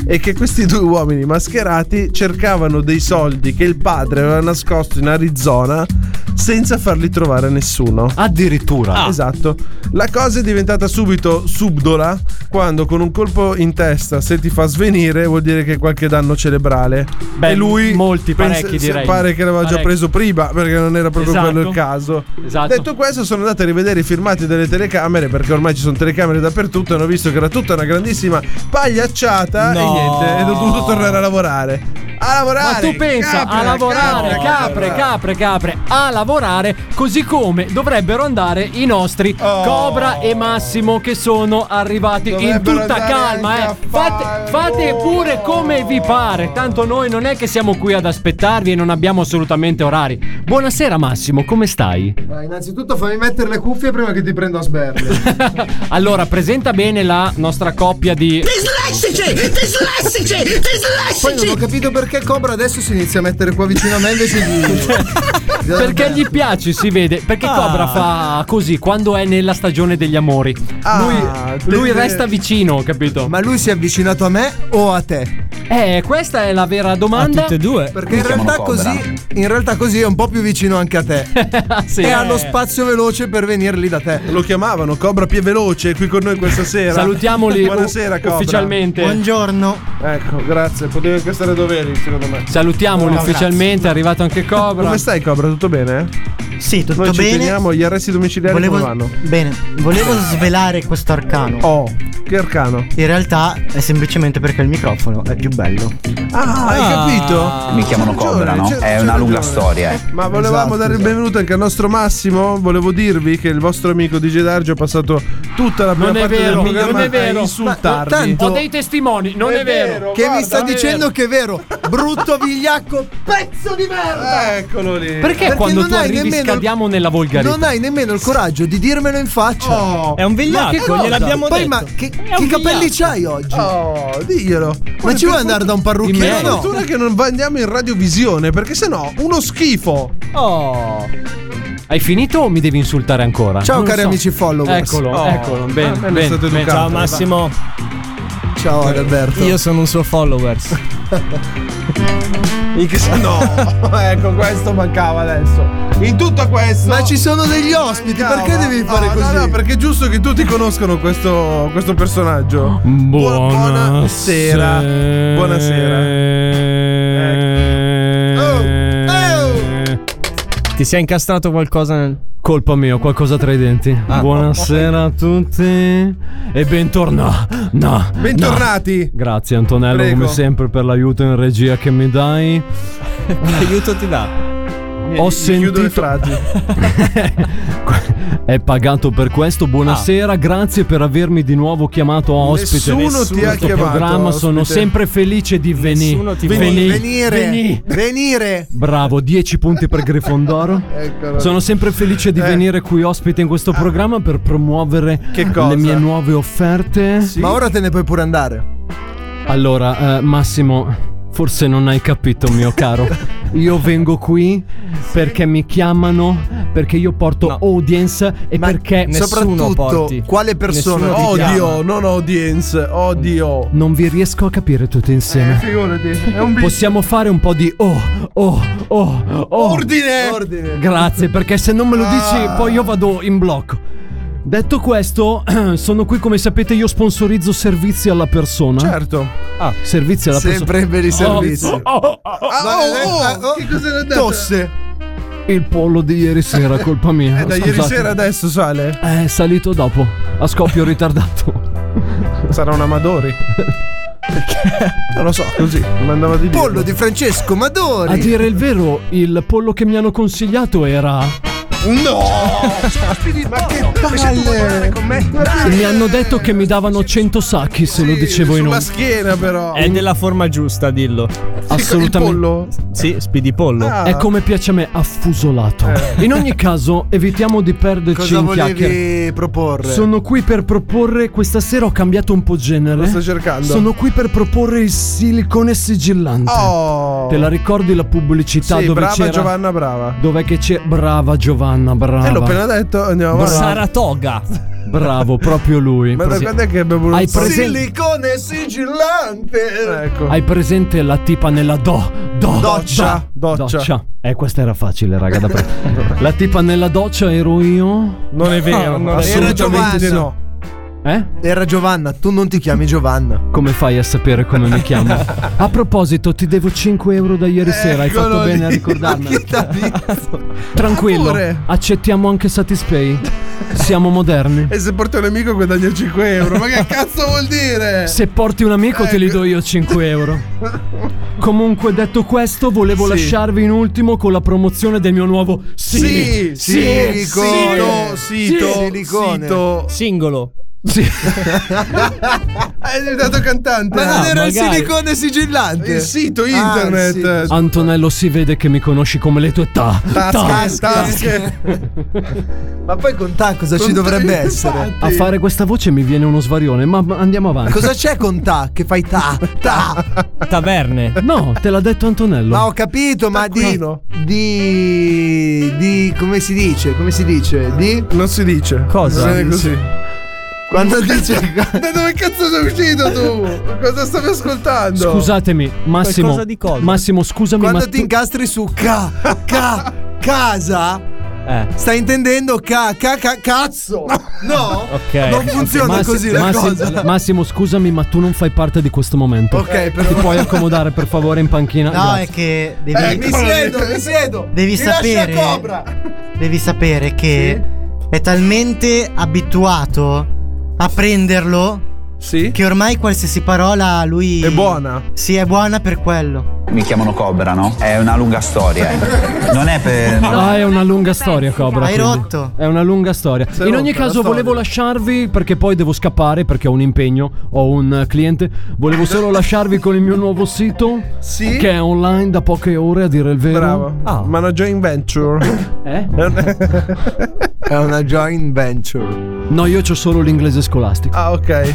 B: e che questi due uomini mascherati cercavano dei soldi che il padre aveva nascosto in Arizona senza farli trovare a nessuno.
D: Addirittura.
B: Esatto. La cosa è diventata subito subdola quando con un colpo in testa se ti fa svenire vuol dire che qualche danno cerebrale.
D: Beh,
B: e lui
D: molti,
B: pensa-
D: parecchi,
B: se-
D: direi.
B: Pare che l'aveva già
D: Parecchi.
B: preso prima perché non era proprio
D: Esatto.
B: quello il caso.
D: Esatto.
B: Detto questo, sono andato a rivedere i filmati delle telecamere perché ormai ci sono telecamere dappertutto e hanno visto che era tutta una grandissima pagliacciata
D: No.
B: e niente, e ho dovuto tornare a lavorare. A lavorare!
D: Ma tu pensa
B: capre,
D: a lavorare,
B: capre,
D: capre, capre, capre, a lavorare, così come dovrebbero andare i nostri
F: Oh.
D: Cobra e Massimo che sono arrivati
B: Dovrebbero
D: in tutta
B: andare
D: calma.
B: anche
D: eh. Fate, fate pure come vi pare, tanto noi non è che siamo qui ad aspettarvi e non abbiamo assolutamente orari. Buonasera Massimo, come stai?
V: Ma innanzitutto fammi mettere le cuffie prima che ti prendo a sberle.
D: *laughs* Allora, presenta bene la nostra coppia di...
V: Dislessici! Dislessici! Dislessici! Poi non ho capito perché Cobra adesso si inizia a mettere qua vicino a me invece *laughs* Cioè, di...
D: Perché gli piace, si vede. Perché
V: Ah.
D: Cobra fa così quando è nella stagione degli amori. lui, lui resta vicino, capito?
V: Ah, Ma lui si è avvicinato a me o a te?
D: Eh, questa è la vera domanda.
V: tutte e
D: due.
V: Perché in realtà, così, in realtà così è un po' più vicino anche a te.
D: Sì.
V: E
D: Eh.
V: ha lo spazio veloce per venire lì da te.
B: Lo chiamavano Cobra Pie Veloce qui con noi questa
V: *laughs*
B: sera.
D: Salutiamoli
B: Buonasera,
D: u-
B: Cobra.
D: ufficialmente. Buongiorno.
B: Ecco, grazie. Potevi anche stare dove eri, secondo me.
D: Salutiamolo
B: No,
D: ufficialmente, è arrivato anche Cobra.
B: Come stai, Cobra? Tutto bene? eh?
O: Sì, tutto
B: Noi ci
O: bene.
B: teniamo, gli arresti domiciliari come vanno?
O: Bene, volevo svelare questo arcano.
B: Oh, che arcano?
O: In realtà è semplicemente perché il microfono è più bello.
B: Ah, hai capito?
O: Mi chiamano Cobra,
B: no? c'è- È c'è una lunga ragione. storia,
O: eh.
B: Ma volevamo
O: Esatto,
B: dare il
O: esatto.
B: benvenuto anche al nostro Massimo. Volevo dirvi che il vostro amico DJ Dargio ha passato tutta la prima
D: Non è
B: parte
D: vero,
B: del programma
D: non è
B: a
D: vero.
B: insultarvi.
D: Ho dei testimoni, non è, vero.
V: Che mi sta
D: Non è
V: dicendo
D: vero.
V: che è vero. Brutto vigliacco, pezzo di merda!
B: Eccolo lì.
D: Perché, quando tu arrivi scadiamo nella volgarità?
V: Non hai nemmeno il coraggio di dirmelo in faccia.
B: Oh.
D: È un vigliacco,
V: Ma che cosa?
D: gliel'abbiamo
V: Poi,
D: detto.
V: Ma che, che capelli c'hai oggi?
B: Oh, diglielo.
V: Ma ci vuoi andare da un
B: Per
V: parrucchiere? o No.
B: fortuna che non andiamo in radiovisione, perché sennò uno schifo.
D: Oh. Hai finito o mi devi insultare ancora?
V: Ciao
D: Non
V: cari
D: so.
V: amici followers.
D: Eccolo,
V: Oh.
D: eccolo.
V: Ah,
D: Bene,
V: bello, è
D: bene,
V: stato
D: bene.
V: educato. Ciao, Massimo. Ciao
B: Eh.
V: Alberto.
F: Io sono un suo
V: *laughs*
F: followers.
B: No, *laughs* ecco, questo mancava adesso. In tutto questo.
V: Ma ci sono degli ospiti, perché devi fare
B: No,
V: così?
B: No, no, perché è giusto che tutti conoscono questo, questo personaggio. Buonasera.
D: Eh.
V: Oh.
B: Buonasera.
F: Ti sei incastrato qualcosa nel.
D: Colpa mia, qualcosa tra i denti.
V: Ah.
D: Buonasera a tutti e bentornati. No,
B: Bentornati.
D: Grazie Antonello
B: Prego.
D: come sempre per l'aiuto in regia che mi dai.
F: Che aiuto ti dà?
B: Chiudo
D: Ho
B: le
D: sentito
B: frasi.
D: *laughs* è pagato per questo. Buonasera, grazie per avermi di nuovo chiamato ospite.
B: Nessuno ti ha
D: Questo
B: chiamato
D: programma sono
B: ospite.
D: sempre felice di venire.
V: Nessuno ti vuole.
D: venire.
V: Venire. Venire.
D: Bravo, 10 punti per Grifondoro.
V: Eccolo.
D: Sono sempre felice di venire qui ospite in questo programma per promuovere le mie nuove offerte.
V: Ma ora te ne puoi pure andare.
D: Allora, eh, Massimo. Forse non hai capito, mio caro. Io vengo qui perché mi chiamano, perché io porto audience e perché
V: soprattutto quale persona?
B: Odio, non audience, odio.
D: Non vi riesco a capire tutti insieme.
B: Eh, Figurati, è un bis-
D: Possiamo fare un po' di oh, oh, oh, oh.
B: Ordine!
D: Grazie, perché se non me lo dici,
B: Ah.
D: poi io vado in blocco. Detto questo, *clears throat* sono qui come sapete, io sponsorizzo servizi alla persona.
B: Certo.
D: Ah, servizi alla
V: Sempre
D: persona.
V: per i
D: Oh,
V: servizi.
D: oh, oh, oh, oh.
B: Ah, oh, oh, che cosa ne ha detto?
V: Tosse.
D: *laughs* Il pollo di ieri sera, colpa mia.
B: Eh, da ieri
D: scusate. Eh,
B: sera adesso sale.
D: È salito dopo, a
B: *laughs*
D: scoppio ritardato.
B: Sarà un
D: *laughs*
B: Amadori. Non lo so, così. Mi andava di dire.
V: Pollo di Francesco Madori.
D: A dire il vero, il pollo che mi hanno consigliato era.
V: No! Ma che palle!
D: Mi hanno detto che mi davano 100 sacchi se lo dicevo in
B: Sulla
D: onda.
B: schiena, però.
F: È della forma giusta, dillo.
D: Assolutamente.
F: Sì, speedy pollo.
B: Ah.
D: È come piace a me, affusolato.
B: Eh.
D: In ogni caso, evitiamo di perderci
V: Cosa
D: in chiacchiere.
V: volevi proporre?
D: Sono qui per proporre. Questa sera ho cambiato un po' genere.
B: Lo sto cercando.
D: Sono qui per proporre il silicone sigillante.
B: Oh.
D: Te la ricordi la pubblicità
B: Sì,
D: dove
B: brava
D: c'era?
B: Giovanna, brava.
D: Dov'è che c'è? Brava Giovanna, brava.
B: Eh, l'ho appena detto, andiamo
D: Brava.
B: avanti.
F: Saratoga.
D: Bravo, proprio lui.
B: *laughs* Ma da
D: Prese-
B: quando è che abbiamo
D: Hai
B: voluto-
D: presente-
B: Silicone sigillante. Ecco.
D: Hai presente la tipa nella do, do-
B: Doccia,
D: do-
B: doccia.
D: Eh, questa era facile, raga.
B: *laughs*
D: Da pre- la tipa nella doccia ero io.
B: Non è vero, non è vero.
V: Era Giovanna.
B: no.
D: Eh?
V: Era Giovanna, tu non ti chiami Giovanna.
D: Come fai a sapere come mi chiamo?
B: *laughs*
D: A proposito, ti devo 5 euro da
B: Eh,
D: ieri sera. Hai
V: Eccolo
D: fatto
V: lì.
D: bene
B: *laughs*
D: a ricordarmelo. Tranquillo,
B: Amore.
D: accettiamo
B: *laughs*
D: anche Satispay. Siamo moderni.
B: E se porti un amico guadagna 5 euro. Ma
V: *laughs*
B: che cazzo vuol dire?
D: Se porti un amico te li
V: Ecco.
D: do io 5 euro. Comunque detto questo, volevo
B: Sì.
D: lasciarvi in ultimo con la promozione del mio nuovo
B: Sì,
D: sì,
B: silicone, sito, sito.
F: Singolo.
D: *laughs*
B: È diventato cantante. Ah,
V: Ma non era il
D: magari.
V: silicone sigillante.
B: Il sito internet.
D: Antonello si vede che mi conosci come le tue età.
V: Tasche,
B: tasche.
V: *laughs* Ma poi con ta cosa ci
D: Con ta-
V: dovrebbe
D: infatti.
V: essere?
D: A fare questa voce mi viene uno svarione, ma ma andiamo avanti.
V: Cosa c'è con ta che fai ta? Ta.
F: Taverne.
D: No, te l'ha detto Antonello.
V: Ma Ah, ho capito, ma di,
B: Taccuino.
V: di. di. come si dice? Come si dice? Di.
B: Non si dice.
V: Cosa?
B: Bene così.
V: Quando dice. *laughs*
B: Da dove cazzo sei uscito tu? Cosa stavi ascoltando?
D: Scusatemi, Massimo.
B: Qualcosa di cosa?
D: Massimo, scusami,
V: Quando
D: ma
V: ti incastri su ca, ca, casa, stai intendendo ca, ca, ca- cazzo. No,
D: Ok.
V: non funziona
D: Massi-
V: così la
D: Massi-
V: cosa.
D: *laughs* Massimo, scusami, ma tu non fai parte di questo momento.
V: Ok, però-
D: Ti puoi accomodare per favore in panchina?
O: No,
D: Grazie.
O: è che devi,
V: Eh, mi siedo, mi siedo.
O: Devi
V: Mi lasci la
O: sapere-
V: cobra.
O: devi sapere che è talmente abituato a prenderlo. Che ormai qualsiasi parola lui. È
B: buona.
O: Sì, è buona per quello.
J: Mi chiamano Cobra, no? È una lunga storia. eh. Non è per.
D: No, Ah, è una lunga storia, Cobra.
O: Hai
D: quindi.
O: rotto.
D: È una lunga storia.
O: Sei
D: In ogni
O: rotta la
D: caso,
O: storia.
D: volevo lasciarvi perché poi devo scappare perché ho un impegno, ho un eh, cliente. Volevo solo lasciarvi con il mio nuovo sito.
B: Sì?
D: Che è online da poche ore, a dire il vero. Ah,
B: Bravo. Ma una joint venture.
D: *laughs* Eh?
V: *laughs* È una joint venture.
D: No, io ho solo l'inglese scolastico.
B: Ah, ok.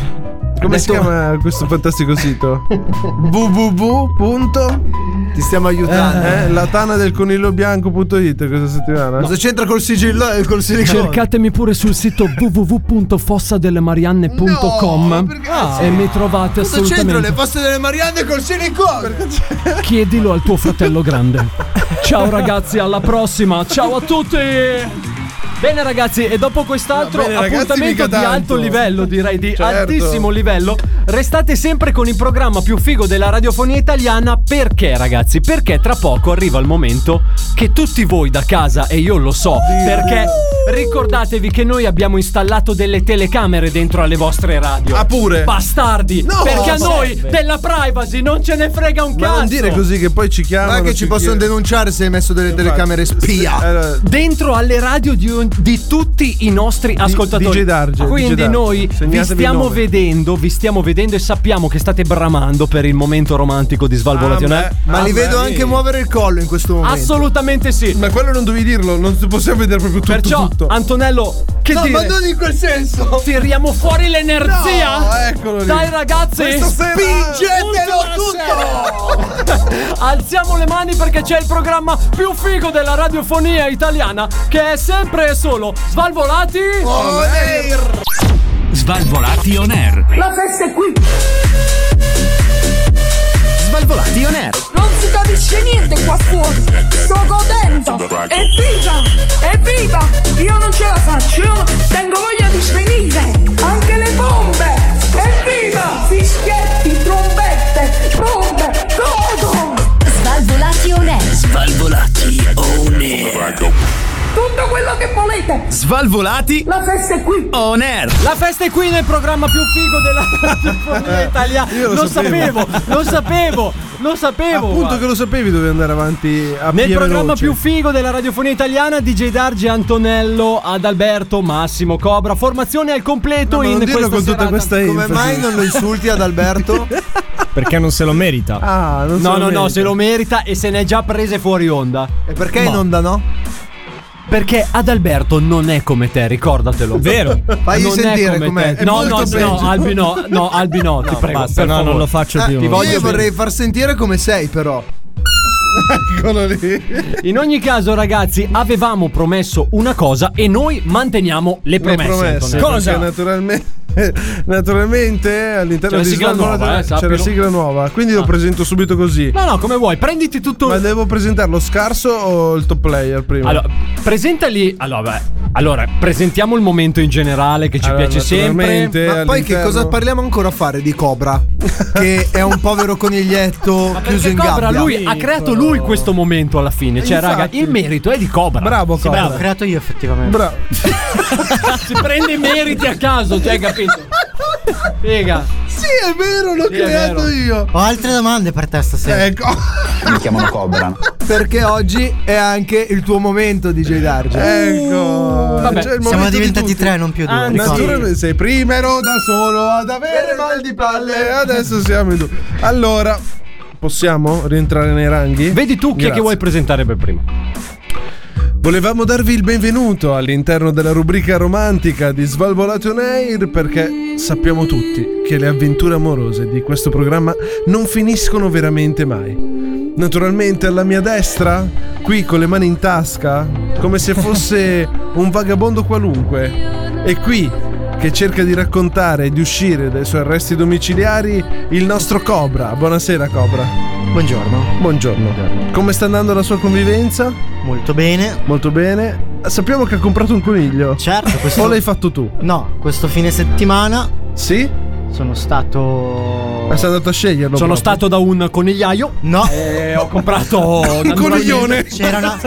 B: Come si chiama questo fantastico
V: *laughs*
B: sito? www.
V: Ti stiamo aiutando.
B: Eh, la tana del coniglio bianco.it questa settimana.
V: Cosa c'entra col sigillo e col silicone?
D: Cercatemi pure sul sito
V: *laughs*
D: www.fossadellemarianne.com e mi trovate
V: Cosa c'entra le
D: assolutamente.
V: poste delle Marianne col silicone?
D: Chiedilo al tuo fratello grande. Ciao ragazzi, alla prossima. Ciao a tutti. Bene ragazzi, e dopo quest'altro
B: Va bene, ragazzi,
D: appuntamento
B: mica
D: di
B: tanto.
D: alto livello, direi di
B: Certo.
D: altissimo livello, restate sempre con il programma più figo della radiofonia italiana perché ragazzi? Perché tra poco arriva il momento che tutti voi da casa e io lo so, perché ricordatevi che noi abbiamo installato delle telecamere dentro alle vostre radio.
B: Ah, pure?
D: Bastardi,
B: No,
D: perché a
B: ma
D: noi
B: serve.
D: della privacy non ce ne frega un
B: Ma
D: cazzo.
B: non dire così che poi ci Eh, chiamano.
V: Ma che ci possono denunciare se hai messo delle telecamere spia.
B: denunciare.
D: dentro alle radio di, un- di tutti i nostri ascoltatori.
B: DJ Darge,
D: Quindi
B: DJ Darge.
D: noi vi
B: Segnatevi il
D: stiamo
B: nome.
D: vedendo, vi stiamo vedendo e sappiamo che state bramando per il momento romantico di Svalvolazione.
B: Ah, beh.
V: Ma li
B: Ah,
V: vedo
B: beh,
V: anche
B: sì.
V: muovere il collo in questo momento.
D: Assolutamente sì.
B: Ma quello non dovevi dirlo, non si- possiamo vedere proprio tutto.
D: Perciò,
B: tutto.
D: Antonello, che
V: No,
D: dire?
V: ma non in quel senso.
D: Tiriamo fuori l'energia?
B: No, eccolo lì.
D: Dai ragazzi,
B: Questa sera-
V: Spingetelo
D: Ultima
V: tutto.
D: *laughs* alziamo le mani perché c'è il programma più figo della radiofonia italiana che è sempre e solo Svalvolati.
V: Oh, eh,
I: Svalvolati on air.
Q: La festa è qui!
M: Svalvolati on air.
Q: Non si capisce niente qua fuori! Sto godendo! Evviva! Evviva! Io non ce la faccio! Io tengo voglia di svenire! Anche le bombe! Evviva! Fischietti, trombette, bombe! Godo!
A: Svalvolati on air.
M: Svalvolati on air.
Q: Tutto quello che volete!
M: Svalvolati
Q: La festa è qui!
M: on air.
D: La festa è qui nel programma più figo della *laughs* radiofonia italiana.
B: Eh, Io lo
D: lo
B: sapevo.
D: sapevo, lo sapevo, lo sapevo.
B: Appunto
D: guarda.
B: che lo sapevi dovevi andare avanti a
D: Nel
B: pie
D: programma
B: veloci.
D: più figo della radiofonia italiana, DJ Darge, Antonello, Adalberto, Massimo, Cobra. Formazione al completo
B: No, ma
D: in
B: non dirlo
D: questa
B: con tutta
D: serata.
B: questa enfasi.
V: Come mai non lo insulti ad Alberto?
F: Perché non se lo merita.
B: Ah, non
D: No, no, no, se lo merita e se ne è già prese fuori onda.
V: E perché in onda no?
D: Perché Adalberto non è come te, ricordatelo.
F: Vero.
V: Fagli
D: non
V: sentire
D: è come
V: com'è,
D: te.
V: è
D: No,
V: molto
D: no,
V: peggio.
D: no, Albi no, no, Albi no, ti prego.
F: basta,
D: per
F: no, non
D: favore. Ah,
F: lo faccio
V: Eh,
F: più.
D: ti
V: io
D: voglio bene.
V: vorrei far sentire come sei, però.
D: In ogni caso, ragazzi, avevamo promesso una cosa e noi manteniamo le promesse. Antonello.
B: Cosa? Naturalmente, *laughs* naturalmente all'interno
D: C'è
B: di
D: la sigla
B: Svalvolati-
D: nuova, eh,
B: c'è la
D: sappilo. Ah.
B: sigla nuova, quindi lo presento subito così.
D: No, no, come vuoi, prenditi tutto.
B: Ma devo presentare lo scarso o il top player prima?
D: Allora, presentali. Allora, beh, allora, presentiamo il momento in generale che ci
B: Allora,
D: piace sempre.
V: Ma poi che cosa parliamo ancora a fare di Cobra? Che è un povero coniglietto chiuso
D: Perché
V: in
D: Cobra,
V: gabbia.
D: lui ha creato lui questo momento alla fine. Cioè,
V: Infatti.
D: raga, il merito è di Cobra.
B: Bravo,
D: Sì,
O: L'ho creato io effettivamente.
B: Bravo.
D: *laughs* si prende i meriti a caso, cioè, capito? Figa.
B: Sì, è vero, l'ho
O: è
B: creato io.
O: Ho altre domande per te stasera.
B: Ecco.
J: Mi chiamano Cobra.
V: Perché oggi è anche il tuo momento, DJ
D: Uh,
V: Darge.
B: Ecco.
V: Vabbè,
B: C'è il
V: siamo
B: momento di
V: diventati
B: tutti.
V: tre, non più due,
B: Anzi,
V: ricordo.
B: naturalmente sei primero da solo ad avere mal di palle. Adesso siamo in due. Allora, possiamo rientrare nei ranghi?
D: Vedi tu chi è che vuoi presentare per prima.
B: Volevamo darvi il benvenuto all'interno della rubrica romantica di Svalvolato on Air perché sappiamo tutti che le avventure amorose di questo programma non finiscono veramente mai. Naturalmente alla mia destra, qui con le mani in tasca, come se fosse un vagabondo qualunque. E qui, che cerca di raccontare e di uscire dai suoi arresti domiciliari, il nostro Cobra. Buonasera Cobra.
O: Buongiorno.
B: Buongiorno. Come sta andando la sua convivenza?
O: Molto bene.
B: Molto bene. Sappiamo che ha comprato un coniglio.
O: Certo, questo.
B: O l'hai fatto tu?
O: No, questo fine settimana.
B: Sì?
O: Sono stato.
B: Ma sei andato a sceglierlo?
D: Sono
B: proprio.
D: stato da un conigliaio.
O: No. Eh,
D: E ho comprato un
O: C'era una,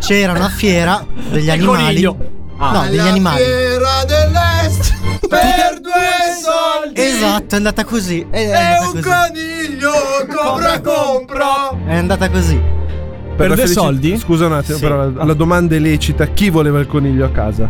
O: c'era una fiera
D: *laughs*
O: degli animali.
D: coniglio.
V: Ah.
O: No, degli
V: Alla
O: animali.
V: fiera dell'est per due soldi.
O: Esatto, è andata così. È, è
V: È
O: andata
V: un
O: così.
V: coniglio, Cobra compra.
O: È andata così.
B: Per,
O: Per
B: la
O: due
B: felici-
O: soldi?
B: Scusa un attimo,
O: Sì.
B: però la, la domanda è lecita. Chi voleva il coniglio a casa?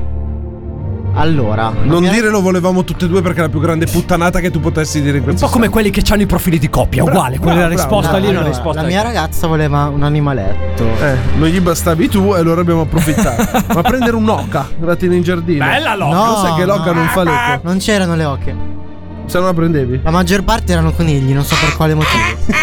O: Allora.
B: Non dire lo volevamo tutti e due perché è la più grande puttanata che tu potessi dire in questo
D: po' come quelli che hanno i profili di coppia, uguale. Quella risposta lì è una
O: Allora,
D: risposta.
O: La mia ragazza voleva un animaletto.
B: Eh, non gli bastavi tu e allora abbiamo approfittato. Ma prendere un'oca, la tieni in giardino.
O: No,
B: Lo sai che l'oca
O: no.
B: non fa l'eco.
O: Non c'erano le oche.
B: Se non la prendevi?
O: La maggior parte erano conigli, non so per quale motivo.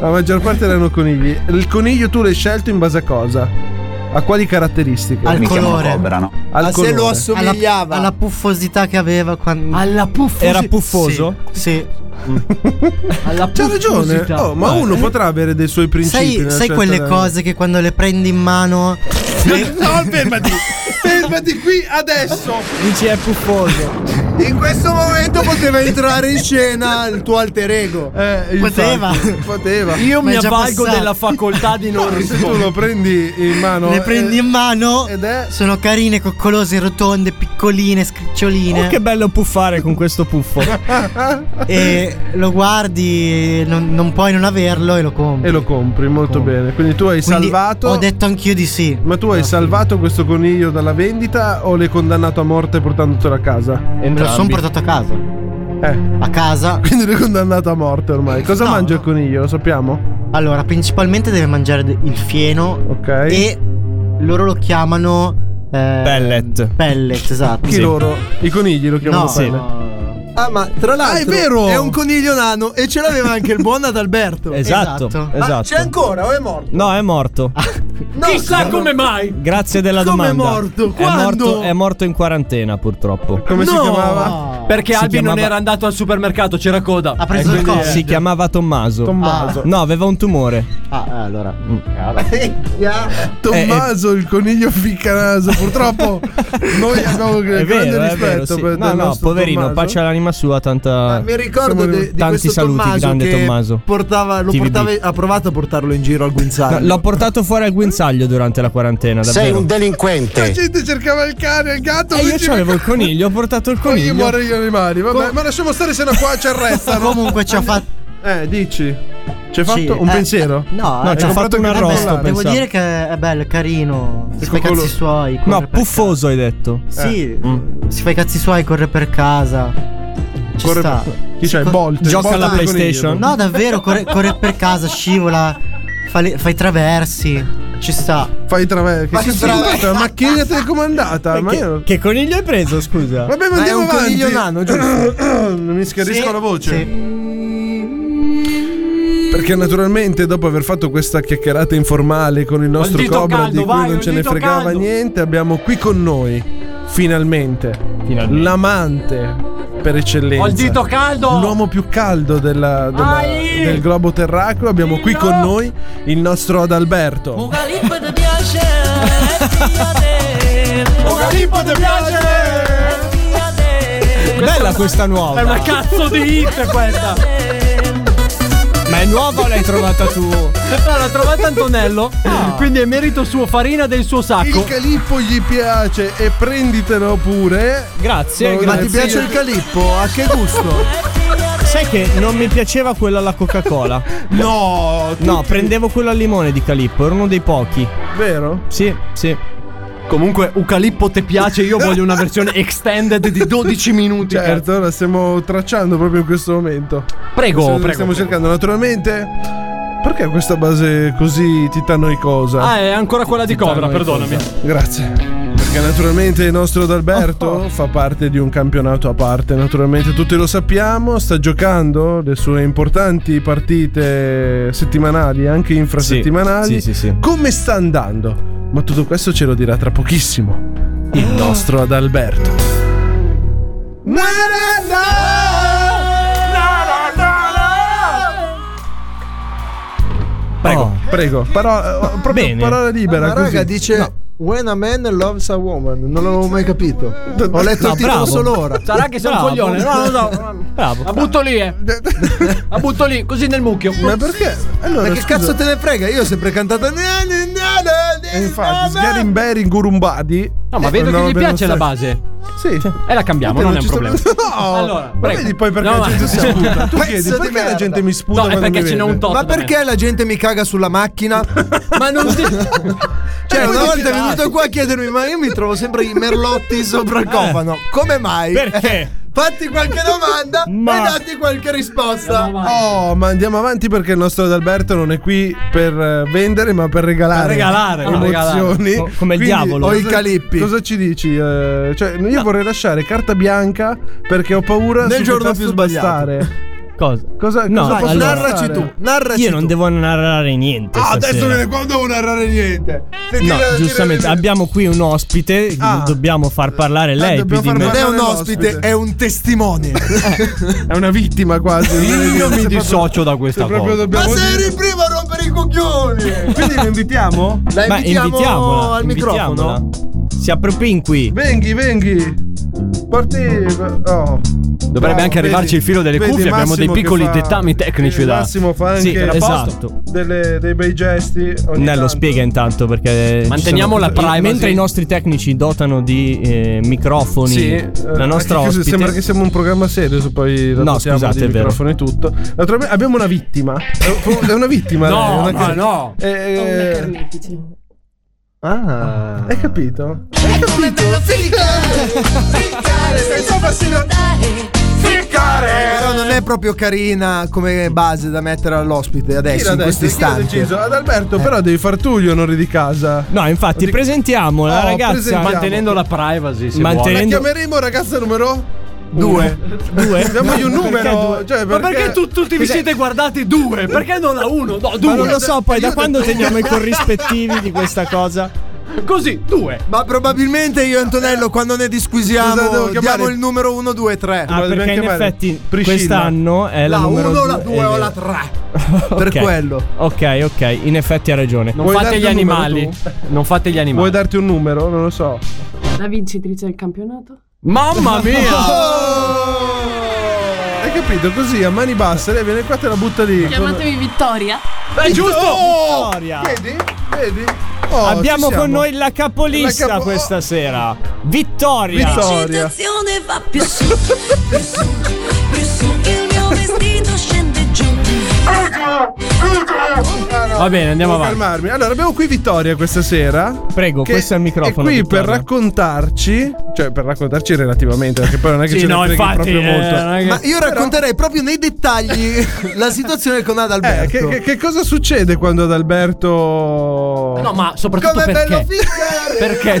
B: La maggior parte erano conigli. Il coniglio tu l'hai scelto in base a cosa? A quali caratteristiche?
O: Al Mi chiamano colore.
J: Cobra, no?
B: Al colore.
O: Alla, alla puffosità che aveva quando.
D: Alla puffosità.
B: Era puffoso?
O: Sì. sì.
D: alla
B: C'ha ragione. Oh, ma
O: Guarda.
B: uno potrà avere dei suoi principi. certo
O: Sai,
B: nella
O: sai
B: scelta
O: quelle
B: della-
O: cose che quando le prendi in mano.
B: No, fermati! *laughs* fermati qui adesso!
O: Dici è puffoso.
V: In questo momento poteva entrare in scena il tuo alter ego.
B: Eh,
O: Poteva.
B: infatti, poteva.
D: Io
O: Ma
D: mi
O: è già
D: avvalgo
O: passato.
D: *laughs* della facoltà di non
B: Se tu lo
D: rispondere.
B: prendi in mano. eh,
O: Le prendi in mano.
B: Ed è.
O: Sono carine, coccolose, rotonde, piccoline, scriccioline.
F: Oh, che bello puffare con questo puffo.
O: *laughs* e lo guardi, non, non puoi non averlo e lo compri.
B: E lo compri molto bene. Quindi tu hai
O: Quindi
B: salvato.
O: Ho detto anch'io di sì.
B: Ma tu hai salvato questo coniglio dalla vendita o l'hai condannato a morte portandotelo a casa?
O: Me lo sono portato a casa.
B: Eh.
O: A casa.
B: *laughs* Quindi l'hai condannato a morte ormai. Cosa
O: No.
B: mangia il coniglio? Lo sappiamo?
O: Allora, principalmente deve mangiare de- il fieno.
B: Ok.
O: E loro lo chiamano. eh,
F: Pellet.
O: Pellet, esatto.
B: Chi loro? I conigli lo chiamano
O: No, sì.
B: pelle.
V: Ah, ma tra l'altro
B: Ah, è vero!
V: è un coniglio nano e ce l'aveva anche il buon Adalberto.
F: *laughs* Esatto, esatto.
V: Ma c'è ancora o è morto?
F: No, è morto.
V: No,
D: Chissà come mai.
F: Grazie della
V: Come è
F: domanda.
V: morto?
F: È morto,
V: Quando? Eh,
F: è morto in quarantena, purtroppo.
B: Come si
D: No.
B: chiamava?
D: Perché
F: Si
D: Albi non
F: chiamava-
D: era andato al supermercato, c'era coda.
O: Ha
B: Eh,
O: preso il Covid.
F: Si chiamava Tommaso. Ah.
B: Tommaso.
F: No, aveva un tumore.
O: Ah, eh, allora.
B: Tommaso,
F: Eh.
B: il coniglio ficcanaso.
F: *laughs*
B: Purtroppo noi abbiamo
V: Eh,
F: È vero,
B: grande
F: è vero,
B: rispetto
F: sì.
B: per
F: No,
B: del
F: no,
B: nostro
F: poverino,
B: Tommaso.
F: pace all'anima sua, tanta
V: Mi ricordo
B: Siamo-
V: de- di
F: tanti
V: questo
F: saluti,
V: Tommaso
F: grande
V: che
F: Tommaso.
V: portava- lo
F: TVB.
V: portava, ha provato a portarlo in giro al guinzaglio.
F: No, l'ho portato fuori al guinzaglio durante la quarantena, davvero.
B: La
S: delinquente.
B: gente cercava il cane, il gatto.
F: E Eh, io
B: invece-
F: c'avevo il coniglio, ho portato il
B: Poi gli
F: coniglio.
B: muore gli animali. Vabbè, ma lasciamo stare, se no qua ci arrestano.
O: Comunque ci ha fatto.
B: *laughs* Eh, dici. Ci hai fatto
O: Sì,
B: un
O: eh,
B: pensiero?
O: No,
F: No,
O: eh,
F: ci ha
B: Hai comprato
F: fatto un
B: anche eh, il
F: arrosto.
B: collare.
O: Devo
F: pensavo.
O: dire che è bello, è carino. Si fa i
B: coccolo-
O: cazzi suoi. corre
F: No,
O: per
F: puffoso hai detto.
O: ca- Sì, si fa i cazzi suoi, corre per casa. Ci
B: Corre-
O: sta.
B: Chi c'è?
O: Si-
B: Bolt.
F: Gioca
B: Bolt
F: alla
B: del
F: PlayStation.
B: coniglio.
O: No, davvero, corre, corre per casa, scivola, fa, le- fa i traversi. Ci sta.
B: Fai tra me. Che
V: Fai
B: cazzo
V: tra me.
B: è? Una macchina telecomandata. Ma io.
F: Che, che coniglio hai preso, scusa?
B: Vabbè, ma
V: Ma è
B: andiamo
V: un
B: avanti. *coughs*
V: coniglio nano, giusto?
B: Mi schiarisco
O: Sì,
B: la voce.
O: sì.
B: Perché naturalmente dopo aver fatto questa chiacchierata informale con il nostro
D: dito
B: Cobra
D: caldo,
B: di cui
D: vai,
B: non
D: col
B: ce ne
D: dito
B: fregava
D: caldo.
B: niente, abbiamo qui con noi finalmente, l'amante per eccellenza.
D: Ho il dito caldo!
B: L'uomo più caldo della- della-
D: Ai!
B: del globo terracolo. Abbiamo qui con noi il nostro Adalberto.
E: Calippo ti piace, Oh Calippo ti piace
F: Bella questa nuova.
E: È una cazzo di hit questa
F: Ma è nuova o l'hai trovata tu?
D: No, l'ha trovata Antonello. Quindi è merito suo, farina del suo sacco.
B: Il calippo gli piace e prenditelo pure.
F: Grazie,
B: Ma
F: grazie.
B: ti piace il calippo? A che gusto?
F: Sai che non mi piaceva quella alla Coca-Cola.
B: no,
F: no, prendevo quello al limone di Calippo, era uno dei pochi.
B: Vero?
F: Sì, sì.
D: Comunque, Ucalippo te piace, io voglio una versione extended di 12 minuti.
B: Certo, la stiamo tracciando proprio in questo momento.
D: Cioè. Prego,
B: Stiamo-
D: prego,
B: Stiamo
D: prego.
B: cercando naturalmente. Perché questa base così titanoicosa?
D: Ah, è ancora quella di Cobra, perdonami.
B: Grazie. Perché naturalmente il nostro Adalberto
F: Oh,
B: fa parte di un campionato a parte, naturalmente tutti lo sappiamo, sta giocando le sue importanti partite settimanali, anche infrasettimanali.
F: sì, sì, sì.
B: Come sta andando? Ma tutto questo ce lo dirà tra pochissimo il nostro Adalberto.
Q: Na na na Na na na
B: Prego,
F: Oh.
B: prego, parola, proprio parola libera.
V: Ma
B: così.
V: raga dice
B: No.
V: When a man loves a woman. Non l'avevo mai capito. Ho letto
B: No,
V: il titolo
B: bravo.
V: solo ora.
D: Sarà che sono un coglione, no, non lo so.
F: Bravo.
D: La butto lì, eh. La butto lì, così nel mucchio.
V: Ma perché?
B: Allora,
V: Ma che
B: scusa.
V: cazzo te ne frega? Io ho sempre cantato. "Na, na, na, na,
B: E infatti, Sgarin Berin Gurumbadi.
D: No, ma vedo che gli piace la base.
B: Sì.
D: E la cambiamo, non è un problema.
B: *laughs* No,
D: Allora,
B: ma
D: prego.
B: vedi poi perché
D: No,
B: la
D: ma- cioè,
B: gente
D: *laughs*
B: si sputa. Tu
V: Pezzo
B: chiedi
V: di
B: perché la
V: merda.
B: gente mi sputa
D: No, è
B: quando
D: perché
B: mi
D: ce n'è
B: vede?
D: un tot.
V: Ma
D: da me.
V: perché la gente mi caga sulla macchina?
D: Ma non ti.
V: Cioè, una volta è
D: tirati.
V: venuto qua a chiedermi, ma io mi trovo sempre i merlotti sopra il cofano. Come mai?
F: Eh.
V: Eh,
F: Perché?
V: Fatti qualche
F: *laughs*
V: domanda
B: Ma-
V: e datti qualche risposta.
B: Oh, ma andiamo avanti perché il nostro Adalberto non è qui per eh, vendere, ma per regalare.
F: Per regalare, no,
B: emozioni.
F: regalare. Co- come il
B: Quindi,
F: diavolo.
B: cosa-
F: O i calippi.
B: Cosa ci dici? eh, cioè, io vorrei lasciare carta bianca perché ho paura
V: Nel
B: su che
V: giorno
B: tasto
V: più sbagliato.
B: tastare.
F: Cosa?
B: Cosa,
F: No,
B: cosa posso
F: allora-
B: narraci tu?
V: Narraci
F: Io non devo narrare niente.
B: Ah, adesso
F: stasera.
B: viene qua, non devo narrare niente. Se
F: No,
B: tira-
F: giustamente, ah,
B: tira-
F: abbiamo qui un ospite,
B: Ah.
F: dobbiamo far parlare
V: Ah,
F: lei.
B: dobbiamo
F: più di
B: far
F: me.
B: parlare
V: Non è un ospite, è un testimone.
B: *laughs* È una vittima quasi.
D: Io mi
B: Se
D: dissocio da
B: Se
D: questa
B: Cioè, proprio
D: cosa.
B: dobbiamo
V: Ma
B: dire- Eh,
V: sei il primo a rompere i coglioni.
B: Quindi lo invitiamo?
V: La
F: Ma
V: invitiamo
F: invitiamola,
V: al
F: invitiamola.
V: microfono.
F: Si appropin qui.
B: Venghi, venghi. Porti. Oh.
D: Dovrebbe
B: Bravo,
D: anche arrivarci
B: vedi-
D: il filo delle
B: vedi
D: cuffie, abbiamo
B: Massimo
D: dei
B: che
D: piccoli
B: fa-
D: dettami tecnici
B: vedi
D: da-
B: Massimo fa anche
F: Sì,
B: esatto.
F: esatto.
B: delle, dei bei gesti. ogni
F: Nello
B: tanto.
F: spiega intanto perché ci
D: Manteniamo
F: sono-
D: la privacy.
F: Mentre i nostri tecnici dotano di eh, microfoni
B: Sì, eh,
F: la nostra
B: anche chiuso-
F: ospite.
B: sembra che siamo un programma serio, se poi la
F: No,
B: dotiamo
F: scusate,
B: di
F: è vero.
B: microfono e tutto. Naturalmente abbiamo una
D: *laughs*
B: vittima. È una vittima.
D: No,
B: lei, è una
D: ma
B: ca-
D: no.
B: Eh, eh,
V: Ah.
B: hai capito?
V: Però non è proprio carina come base da mettere all'ospite adesso,
B: Tira
V: Eh in questo
B: adesso, chi l'ha
V: istante. Eh.
B: deciso? Ad Alberto, però devi far tu gli onori di casa.
F: No, infatti,
B: Dico-
F: presentiamo la
B: Oh,
F: ragazza.
B: presentiamo.
D: Mantenendo la privacy, se
B: La
F: Ah, Mantenendo-
B: chiameremo ragazza numero
V: Due.
F: *laughs* Due?
B: Damogli un
F: No, perché
B: numero.
F: due?
B: Cioè,
D: Ma perché tu- tutti vi siete guardati due? Perché non la uno? No,
F: Ma
D: due.
F: non lo so, poi da
D: Io-
F: quando teniamo i corrispettivi di questa cosa? Ah,
D: Così, due.
V: Ma probabilmente io e Antonello quando ne disquisiamo
B: Cosa devo chiamare?
V: diamo il numero 1, 2, 3.
F: Ah,
B: dobbiamo
F: perché in
B: chiamare
F: effetti
B: Priscilla.
F: quest'anno è la,
V: La
F: numero
V: 1,
F: due-
V: la 2
F: è
V: o
F: vero.
V: la 3.
F: *laughs* Ok.
V: Per quello.
F: Ok, ok, in effetti ha ragione.
D: Non
B: Vuoi
D: fate
B: darti
D: gli
B: un numero
D: animali. Non fate gli animali.
B: Vuoi darti un numero? Non lo so.
G: La vincitrice del campionato?
D: Mamma mia!
V: Oh!
B: Hai capito? Così a mani basse lei viene qua e te la butta lì.
G: Chiamatevi Vittoria.
D: È giusto!
B: Oh!
F: Vittoria.
B: Vedi? Vedi? Oh,
F: Abbiamo
B: ci siamo.
F: con noi la capolista
B: La capo- Oh.
F: questa sera, Vittoria.
B: Vittoria.
E: va più su Più su Più su Il mio vestito scende giù
D: Va bene, andiamo
B: Devo
D: avanti.
B: calmarmi. Allora, abbiamo qui Vittoria questa sera.
F: Prego,
B: Oh, che
F: questo è il microfono.
B: È qui
F: Vittoria.
B: per raccontarci Cioè, per raccontarci relativamente, perché poi non è che
V: Sì,
B: ce ne
V: no,
B: freghi
V: infatti,
B: proprio
V: eh, non è
B: molto.
V: che- Ma io racconterei
B: proprio nei dettagli la situazione con Adalberto. che, che- che cosa succede quando Adalberto.
D: No, ma soprattutto
B: Com'è
D: perché?
B: bello
D: perché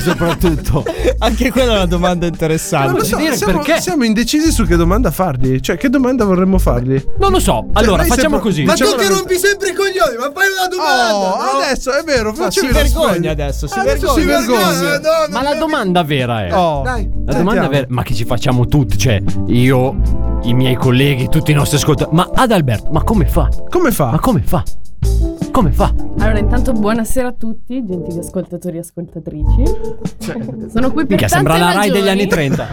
B: *laughs*
D: soprattutto?
F: Anche quella è una domanda interessante.
B: Non lo so, siamo, siamo indecisi su che domanda fargli. Cioè, che domanda vorremmo fargli?
D: Non lo so. allora,
B: Cioè, noi
D: facciamo
B: sempre-
D: così.
B: Ma tu
D: Facciamo
B: che
D: una-
B: rompi sempre i coglioni, ma fai una domanda!
V: Oh,
B: adesso è vero,
F: Ma si vergogna adesso,
B: Ah,
F: si vergogna.
D: Ma la domanda vera è:
F: Oh.
D: la
F: Dai,
D: domanda
F: sentiamo.
D: vera, ma che ci facciamo tutti? Cioè, io, i miei colleghi, tutti i nostri ascoltatori. Ma ad Alberto, ma come fa?
B: Come fa?
D: Ma come fa? Come fa?
G: Allora, intanto buonasera a tutti, gentili ascoltatori e ascoltatrici.
F: Cioè,
G: Sono qui per
D: Mica
G: tante
D: sembra la Rai
G: ragioni.
D: degli anni 30.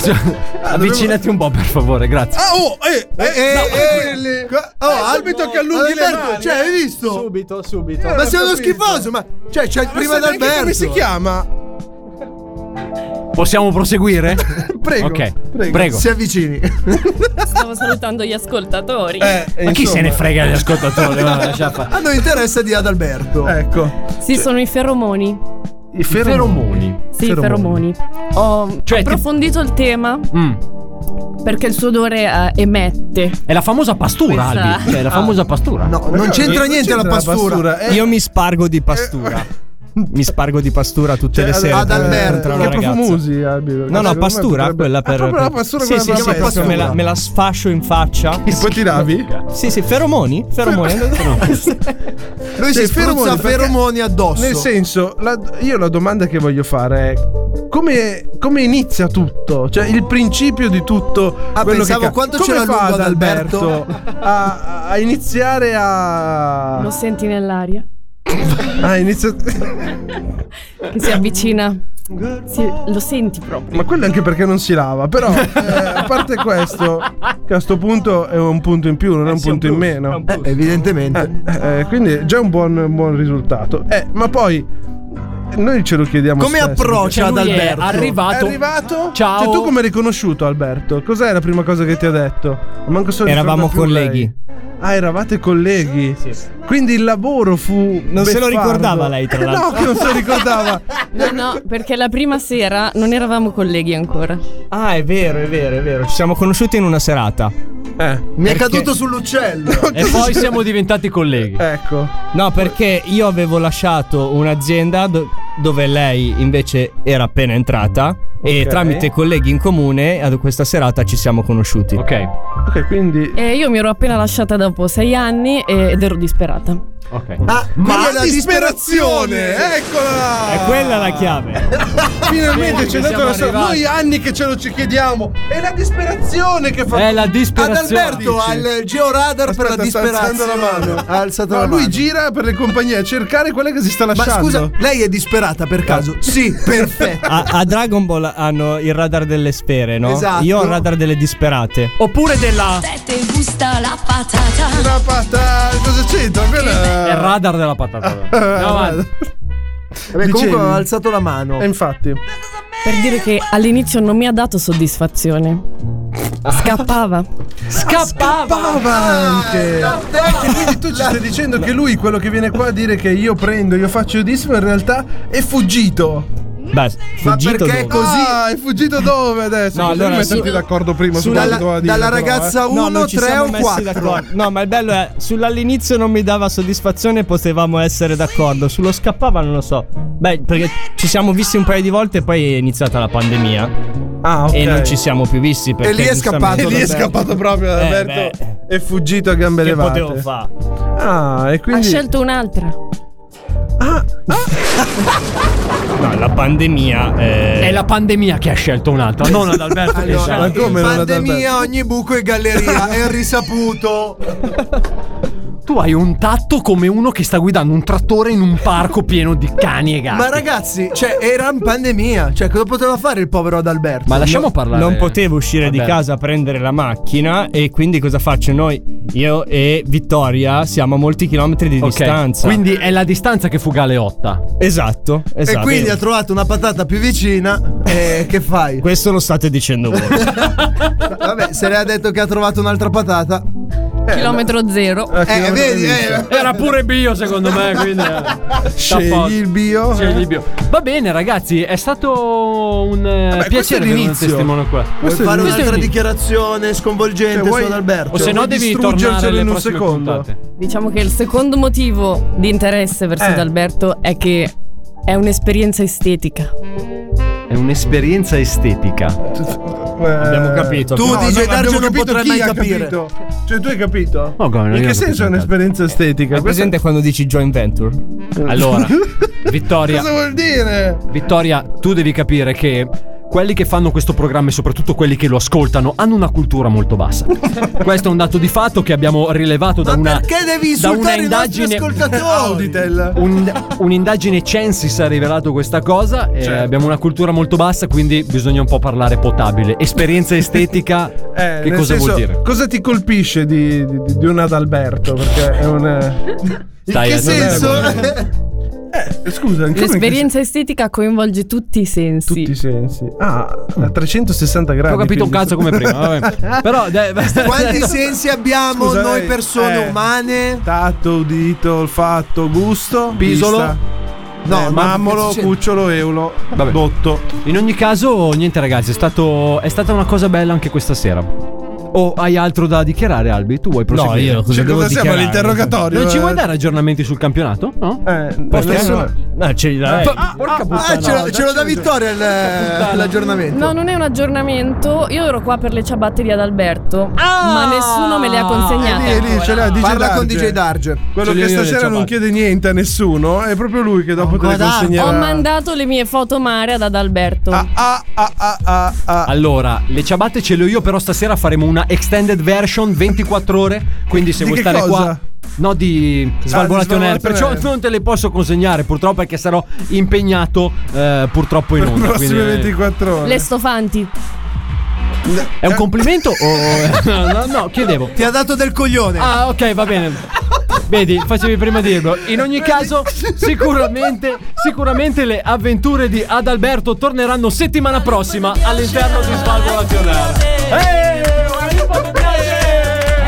D: Cioè, avvicinati un po', per favore, grazie.
B: Ah, oh, eh, eh, eh, eh, oh,
V: subito che allunghi le mani.
B: cioè, hai visto? Eh,
F: Subito, subito.
V: Ma sei uno schifoso, ma cioè c'è il
B: Ma
V: prima
B: sai neanche
V: d'Alberto.
B: come si chiama? Ah. *laughs*
D: Possiamo proseguire?
B: Prego,
D: Ok, prego.
V: Si avvicini.
G: Stavo salutando gli ascoltatori.
B: Eh,
D: Ma chi se ne frega gli ascoltatori? No, lascia fare.
V: A noi interessa di Adalberto.
B: Ecco.
G: Sì, sono i feromoni.
D: I feromoni.
G: Sì, i feromoni. Ho
D: Cioè, ti-
G: approfondito il tema
D: Mm.
G: perché il suo odore eh, emette.
D: È la famosa pastura,
G: Questa-
D: Albi.
B: Ah.
D: Cioè, la famosa pastura. No,
V: non c'entra niente la pastura. Eh.
F: Io mi spargo di pastura.
G: Eh,
F: Mi spargo di pastura tutte
B: Cioè,
F: le sere.
B: ad
F: per
B: Alberto.
F: incontrare
B: Che
F: una ragazza.
B: profumo usi, Albi? Perché
F: No, no,
B: secondo
F: pastura,
B: me potrebbe-
F: quella
B: Ah,
F: per.
B: proprio la pastura,
F: sì,
B: quella
F: sì,
B: per
F: sì,
B: la pastura.
F: proprio me la, me la sfascio in faccia.
B: E poi ti lavi?
F: Sì, sì, feromoni. Feromoni.
B: Lui
V: si spruzza feromoni addosso.
B: Nel senso, la- io la domanda che voglio fare è. Come, come inizia tutto? Cioè, il principio di tutto.
V: Ah,
B: quello
V: pensavo
B: che ca-
V: quanto
B: come
V: c'era
B: fa
V: lungo ad
B: Adalberto
V: Alberto?
B: a, a iniziare a.
G: Lo senti nell'aria
B: Ah, inizia...
G: che si avvicina. Sì, lo senti proprio.
B: Ma quello è anche perché non si lava. Però, *laughs* eh, a parte questo, che a sto punto è un punto in più, non è un punto in meno.
V: Eh, evidentemente.
B: Eh, eh, quindi è già un buon, un buon risultato. Eh, ma poi noi ce lo chiediamo
V: Come
B: spesso.
D: Cioè,
V: approccia ad Alberto?
B: È arrivato.
V: Ciao.
B: Cioè, tu come hai riconosciuto Alberto? Cos'è la prima cosa che ti ha detto? Manco so ricorda
F: Eravamo
B: più
F: colleghi.
B: lei. Ah, eravate colleghi. Quindi il lavoro fu.
F: Non se lo
B: beffardo.
F: ricordava
B: *laughs*
F: lei, tra l'altro.
B: no, che non se lo ricordava.
G: No, no, perché la prima sera non eravamo colleghi ancora.
F: Ah, è vero, è vero, è vero. Ci siamo conosciuti in una serata. Eh.
V: Mi è caduto sull'uccello.
D: E poi siamo diventati colleghi.
B: Ecco.
F: No, perché io avevo lasciato un'azienda do- dove lei invece era appena entrata. E
B: Ok.
F: tramite colleghi in comune ad questa serata ci siamo conosciuti.
D: Ok.
B: Ok, quindi.
G: E io mi ero appena lasciata dopo sei anni e- ed ero disperata.
D: Ok.
V: Ah,
B: Ma
V: quindi è la
B: disperazione, eccola!
F: È quella la chiave.
B: Finalmente ci è dato
V: siamo
B: la sua.
V: arrivati.
B: Noi anni che ce lo ci chiediamo. È la disperazione che fa.
D: È la disperazione.
B: Ad Alberto
V: Dici.
B: al georadar per la
V: Aspetta, sta alzando
B: disperazione.
V: la
B: *laughs*
V: mano.
B: Ha alzato la
V: No, lui
B: mano. gira per le compagnie a cercare quella che si sta Eh.
V: Ma scusa, lei è disperata per caso?
B: *laughs*
V: Sì, perfetto.
F: A, a Dragon Ball hanno il radar delle sfere, no?
V: Esatto.
F: Io ho il radar delle disperate.
D: Oppure della.
E: Te gusta la patata.
B: La patata, cosa c'entra?
D: È il radar della patata. Andiamo avanti.
V: Vabbè, comunque
G: Dicevi.
V: ho alzato la mano.
B: E infatti.
G: Per dire che all'inizio non mi ha dato soddisfazione. Scappava.
B: Scappava anche. Ecco, Quindi tu ci stai dicendo che lui, quello che viene qua a dire che io prendo, io faccio odissimo, in realtà è fuggito.
F: Beh, fuggito dove?
B: Ah, è fuggito dove adesso?
F: No, allora,
B: metterti
F: su-
B: d'accordo prima su
F: sulla-
B: quello che doveva dire,
V: dalla
B: però, eh.
V: ragazza
F: No, non ci siamo messi
V: quattro?
F: d'accordo. No, ma il bello è sull'all'inizio non mi dava soddisfazione, potevamo essere d'accordo. Sullo scappava non lo so. Beh, perché ci siamo visti un paio di volte e poi è iniziata la pandemia.
B: Ah,
F: E non ci siamo più visti perché
B: E lì è scappato.
F: giustamente-
B: E lì è scappato proprio
F: Eh,
B: Alberto. è fuggito a gambe
F: Che
B: levate.
F: potevo fare?
B: Ah, e
G: Ha
B: quindi.
G: scelto un'altra.
F: No, la pandemia eh,
D: È la pandemia che ha scelto un'altra, non esatto. ad Alberto che ha
V: Allora,
D: scelto.
B: come non ad
V: pandemia,
B: Alberto?
V: ogni buco è galleria, è risaputo.
D: Tu hai un tatto come uno che sta guidando un trattore in un parco pieno di cani e gatti.
V: Ma ragazzi, cioè, era in pandemia. Cioè, cosa poteva fare il povero Adalberto?
D: Ma lasciamo parlare.
F: Non potevo uscire di
D: Vabbè.
F: casa a prendere la macchina e quindi cosa faccio? Noi, io e Vittoria siamo a molti chilometri di
D: Ok,
F: distanza.
D: Quindi è la distanza che fu galeotta.
F: Esatto, esatto.
V: E quindi ha trovato una patata più vicina. E che fai?
F: Questo lo state dicendo voi.
V: Vabbè, se lei ha detto che ha trovato un'altra patata.
G: Chilometro zero.
D: Eh, chilometro zero. Era pure bio, secondo me, quindi. eh,
B: Scegli il bio.
D: Scegli il bio. Va bene, ragazzi, è stato un eh,
H: questo è
D: piacere avere un
H: l'inizio.
D: testimone qua.
H: Vuoi
D: Questo è
H: fare
D: l'inizio.
H: un'altra
D: Questo è
H: dichiarazione sconvolgente,
D: Cioè, vuoi-
H: su Adalberto?
D: o se no
H: Vuoi
D: devi
H: distruggercelo
D: tornare alle
H: in un
D: prossime
H: secondo.
B: *laughs*
G: Diciamo che il secondo motivo di interesse verso
D: Eh.
G: Adalberto è che è un'esperienza estetica.
D: l'inizio. È un'esperienza estetica. Abbiamo capito.
B: Eh, Tu
D: abbiamo-
B: di
D: abbiamo
B: Gedarge non
D: capito
B: potrai
D: chi
B: mai
D: ha
B: capire.
D: capito.
B: Cioè, tu hai capito?
D: No, come, non
B: In
D: io
B: che
D: ho
B: senso
D: capito
B: è un'esperienza estetica?
F: Hai presente quando dici joint venture?
H: *laughs*
D: Allora, Vittoria.
B: Cosa vuol dire?
D: Vittoria, tu devi capire che quelli che fanno questo programma e soprattutto quelli che lo ascoltano hanno una cultura
H: *laughs*
D: molto bassa. Questo è un dato di fatto che abbiamo rilevato da una
H: Perché devi
D: da una
H: insultare i nostri
D: indagine
H: ascoltatori?
D: *laughs* Un- un'indagine Censis ha rivelato questa cosa e
H: Certo.
D: abbiamo una cultura molto bassa, quindi bisogna un po' parlare potabile.
H: *laughs*
D: Esperienza estetica
B: Eh,
D: che
B: nel
D: cosa vuol
B: senso,
D: dire?
B: Cosa ti colpisce di, di, di- di un Adalberto? Perché è un. eh, In
D: Stai,
B: che
D: Eh, non è
B: senso?
H: *laughs*
D: quello.
B: Eh, scusa, anche
G: L'esperienza estetica coinvolge tutti i sensi.
B: Tutti i sensi. Ah, a 360 gradi.
D: Ho capito un
B: quindi.
D: cazzo come prima,
H: *laughs*
D: vabbè. Però, dai, *laughs*
H: Quanti sensi abbiamo
B: Scusa,
H: noi
B: eh,
H: persone
B: eh,
H: umane?
B: Tatto, udito, olfatto, gusto,
H: Pisolo?
B: vista.
H: No,
B: Eh,
H: no,
B: mammolo,
H: che c'è?
B: cucciolo, eulo.
D: Vabbè. In ogni caso, niente ragazzi, è, stato- è stata una cosa bella anche questa sera. O hai altro da dichiarare, Albi? Tu vuoi proseguire?
F: io cosa Cioè, devo cosa siamo, dichiarare? all'interrogatorio?
D: Non ci vuoi dare aggiornamenti sul campionato? No?
B: Eh,
F: No, ce li dai.
D: porca
H: Ah, ce lo, ce lo dà Vittorio il-
B: eh,
D: puttana.
H: l'aggiornamento.
G: No, non è un aggiornamento. Io ero qua per le ciabatte di Adalberto,
H: Ah!
G: ma nessuno me le ha
B: Lì,
H: Eh,
G: consegnate.
B: lì, ce l'ha DJ
H: Parla
B: Darge.
H: con DJ Darge.
B: Quello
H: Ce
B: che
H: l'ho io le
B: stasera non
H: ciabatte.
B: chiede niente a nessuno è proprio lui che dopo te le
G: Guarda,
B: consegnerà.
H: eh.
G: Ho mandato le mie foto mare ad Adalberto.
H: Ah.
D: Allora, le ciabatte ce le ho io, però stasera faremo una extended version 24 ore. Quindi se
B: Di
D: vuoi
B: che
D: stare
B: cosa? Ah,
D: qua. No, di
B: Svalvolation
D: Svalvolation Air.
B: Air.
D: Perciò non te le posso consegnare, purtroppo, perché sarò impegnato eh, purtroppo in
B: Per le
D: onda.
B: prossime
D: quindi-
B: 24 ore.
G: Le stofanti.
D: È un complimento o. *laughs* No, no, no, chiedevo.
H: Ti ha dato del coglione.
D: Ah, ok, va bene. Vedi, facevi prima a dirlo. In ogni caso, sicuramente, sicuramente le avventure di Adalberto torneranno settimana prossima all'interno di Svalvo Nazionale.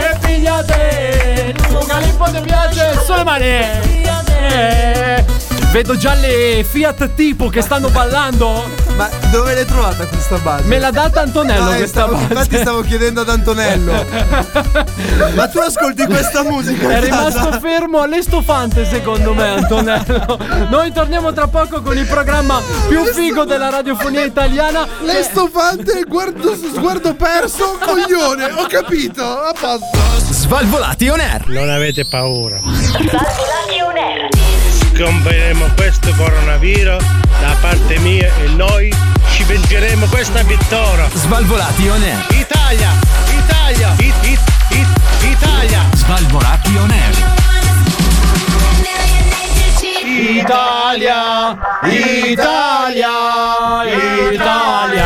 D: E pigliate! Un calippo ti piace! Sulle mani! Eh, Vedo già le Fiat tipo che stanno ballando.
H: Ma dove l'hai trovata questa base?
D: Me l'ha data Antonello
H: Ah, eh,
D: questa
H: stavo-
D: base.
H: Infatti stavo chiedendo ad
D: *laughs*
H: Antonello. Ma tu ascolti questa musica?
D: È
H: in casa?
D: rimasto fermo alle stofante, secondo me, Antonello. Noi torniamo tra poco con il programma più figo della radiofonia italiana.
B: Le stofante, guardo, sguardo perso, coglione, ho capito, a posto.
M: Svalvolati on air.
C: Non avete paura. Scomperemo questo coronavirus da parte mia e noi ci vengeremo questa vittoria.
M: Svalvolati on air.
C: Italia, Italia, it, it, it, Italia.
I: Svalvolati on air.
D: Italia, Italia, Italia.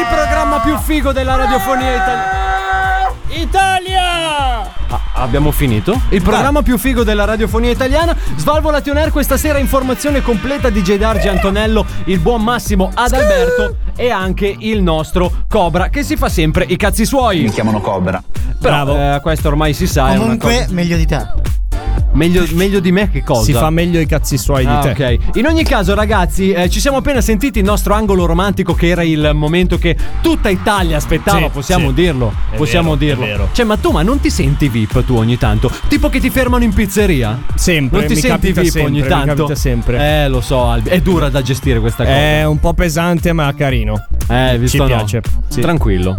D: Il programma più figo della radiofonia italiana.
C: Italia!
D: Ah, Abbiamo finito. Il programma più figo della radiofonia italiana. Svalvolati on air questa sera informazione completa di J. Dargi Antonello, il buon Massimo Adalberto e anche il nostro Cobra che si fa sempre i cazzi suoi. Mi chiamano Cobra. Bravo. questo ormai si sa. è una cosa-
O: Comunque, meglio di te.
D: Meglio, meglio di me che cosa?
F: Si fa meglio i cazzi suoi di
D: Ah,
F: te.
D: ok. In ogni caso, ragazzi, eh, ci siamo appena sentiti il nostro angolo romantico, che era il momento che tutta Italia aspettava.
F: Sì,
D: possiamo
F: sì.
D: dirlo.
F: È
D: possiamo
F: vero, è
D: dirlo.
F: vero.
D: Cioè, ma tu, ma non ti senti VIP tu ogni tanto? Tipo che ti fermano in pizzeria?
F: Sempre,
D: Non ti
F: mi
D: senti
F: capita
D: VIP
F: sempre,
D: ogni
F: mi
D: tanto?
F: capita sempre.
D: Eh, lo so, Albi. È dura da gestire questa cosa.
F: È un po' pesante, ma carino.
D: Eh, visto
F: Ci
D: no.
F: piace. Sì. *laughs*
D: Tranquillo.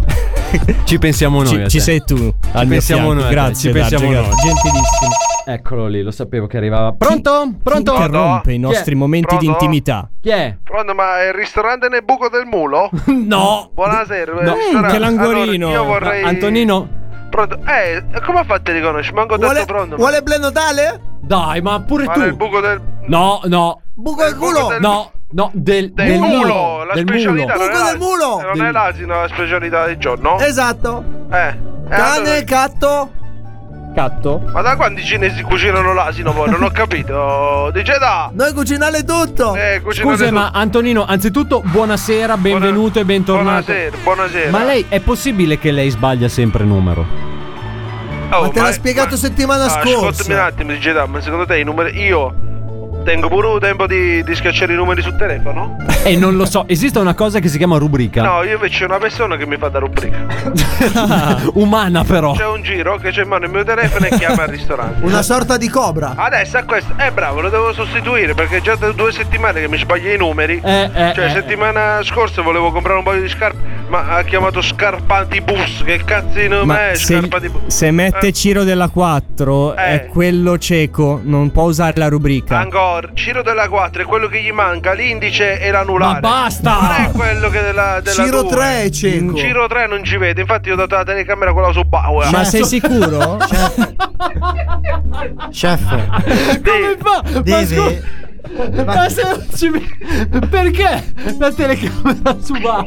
D: ci pensiamo noi.
F: Ci-
D: a
F: ci
D: te.
F: sei tu,
D: Ci
F: al mio
D: pensiamo
F: fianco.
D: noi. a te,
F: Grazie,
D: Ci pensiamo
F: Darge,
D: noi.
F: grazie. Gentilissimo.
D: Eccolo lì, lo sapevo che arrivava. Pronto? Pronto?
F: Chi interrompe i
D: Chi è?
F: nostri momenti di
D: Pronto?
F: intimità.
D: Chi è?
C: Pronto, ma è il ristorante nel buco del mulo?
D: no!
C: Buonasera,
D: No,
C: ristorante.
D: che l'angorino.
C: Allora, io vorrei...
D: Antonino?
C: Pronto? Eh, come fate a riconoscere? Manco tanto
H: Vuole,
C: pronto. ma-
H: vuole Blend Natale?
D: Dai, ma pure
C: Ma
D: tu.
C: nel buco del...
D: No, no.
H: Buco del culo?
D: No, no, del,
C: Del,
D: del
C: mulo,
D: mulo,
C: la
D: del
C: specialità
H: Buco
C: non è
D: mulo.
H: del
C: l'asino.
H: mulo.
C: Eh, Non
D: Del-
C: è l'asino la specialità del giorno?
H: Esatto.
C: Eh. eh,
H: Cane,
C: allora-
H: catto.
F: Catto?
C: Ma da quando i cinesi cucinano l'asino poi? Non
H: *laughs*
C: ho capito. Dice da!
H: Noi cucinale tutto.
C: Eh, cucinate
D: Scusa,
C: tu.
D: ma Antonino, anzitutto buonasera, benvenuto e bentornato.
C: Buonasera, buonasera. *laughs*
D: Ma lei è possibile che lei sbaglia sempre numero?
C: Oh,
H: ma te l'ha spiegato settimana
C: Ah,
B: Ascoltami un
H: scorsa.
B: attimo, DJ ma secondo te i numeri. Io tengo pure tempo di, di schiacciare i numeri sul telefono?
D: E non lo so, esiste una cosa che si chiama rubrica.
B: No, io invece ho una persona che mi fa da rubrica.
D: *laughs* Umana però.
B: C'è un giro che c'è in mano il mio telefono e chiama al
H: *laughs*
B: ristorante.
H: Una sorta di cobra.
B: Adesso a questo, eh bravo, lo devo sostituire perché è già da due settimane che mi sbaglio i numeri.
H: eh,
B: cioè,
H: eh.
B: settimana scorsa volevo comprare un paio di scarpe, ma ha chiamato Scarpantibus. Che cazzo di Eh. nome è
F: se,
B: Scarpantibus?
F: se mette Ciro della 4 è quello cieco, non può usare la rubrica.
B: Ancora, Ciro della 4 è quello che gli manca, l'indice e l'anulare.
F: Ma basta!
B: Non è quello che della, della
H: Ciro
B: due.
H: tre è cieco.
B: Ciro 3 non ci vede, infatti io ho dato la telecamera quella su Bauer.
F: Ma
B: *laughs*
F: sei sicuro?
O: Chef,
D: Come fa? Ma
O: Deve-
D: scusa, ma se- ci- Perché la telecamera su va?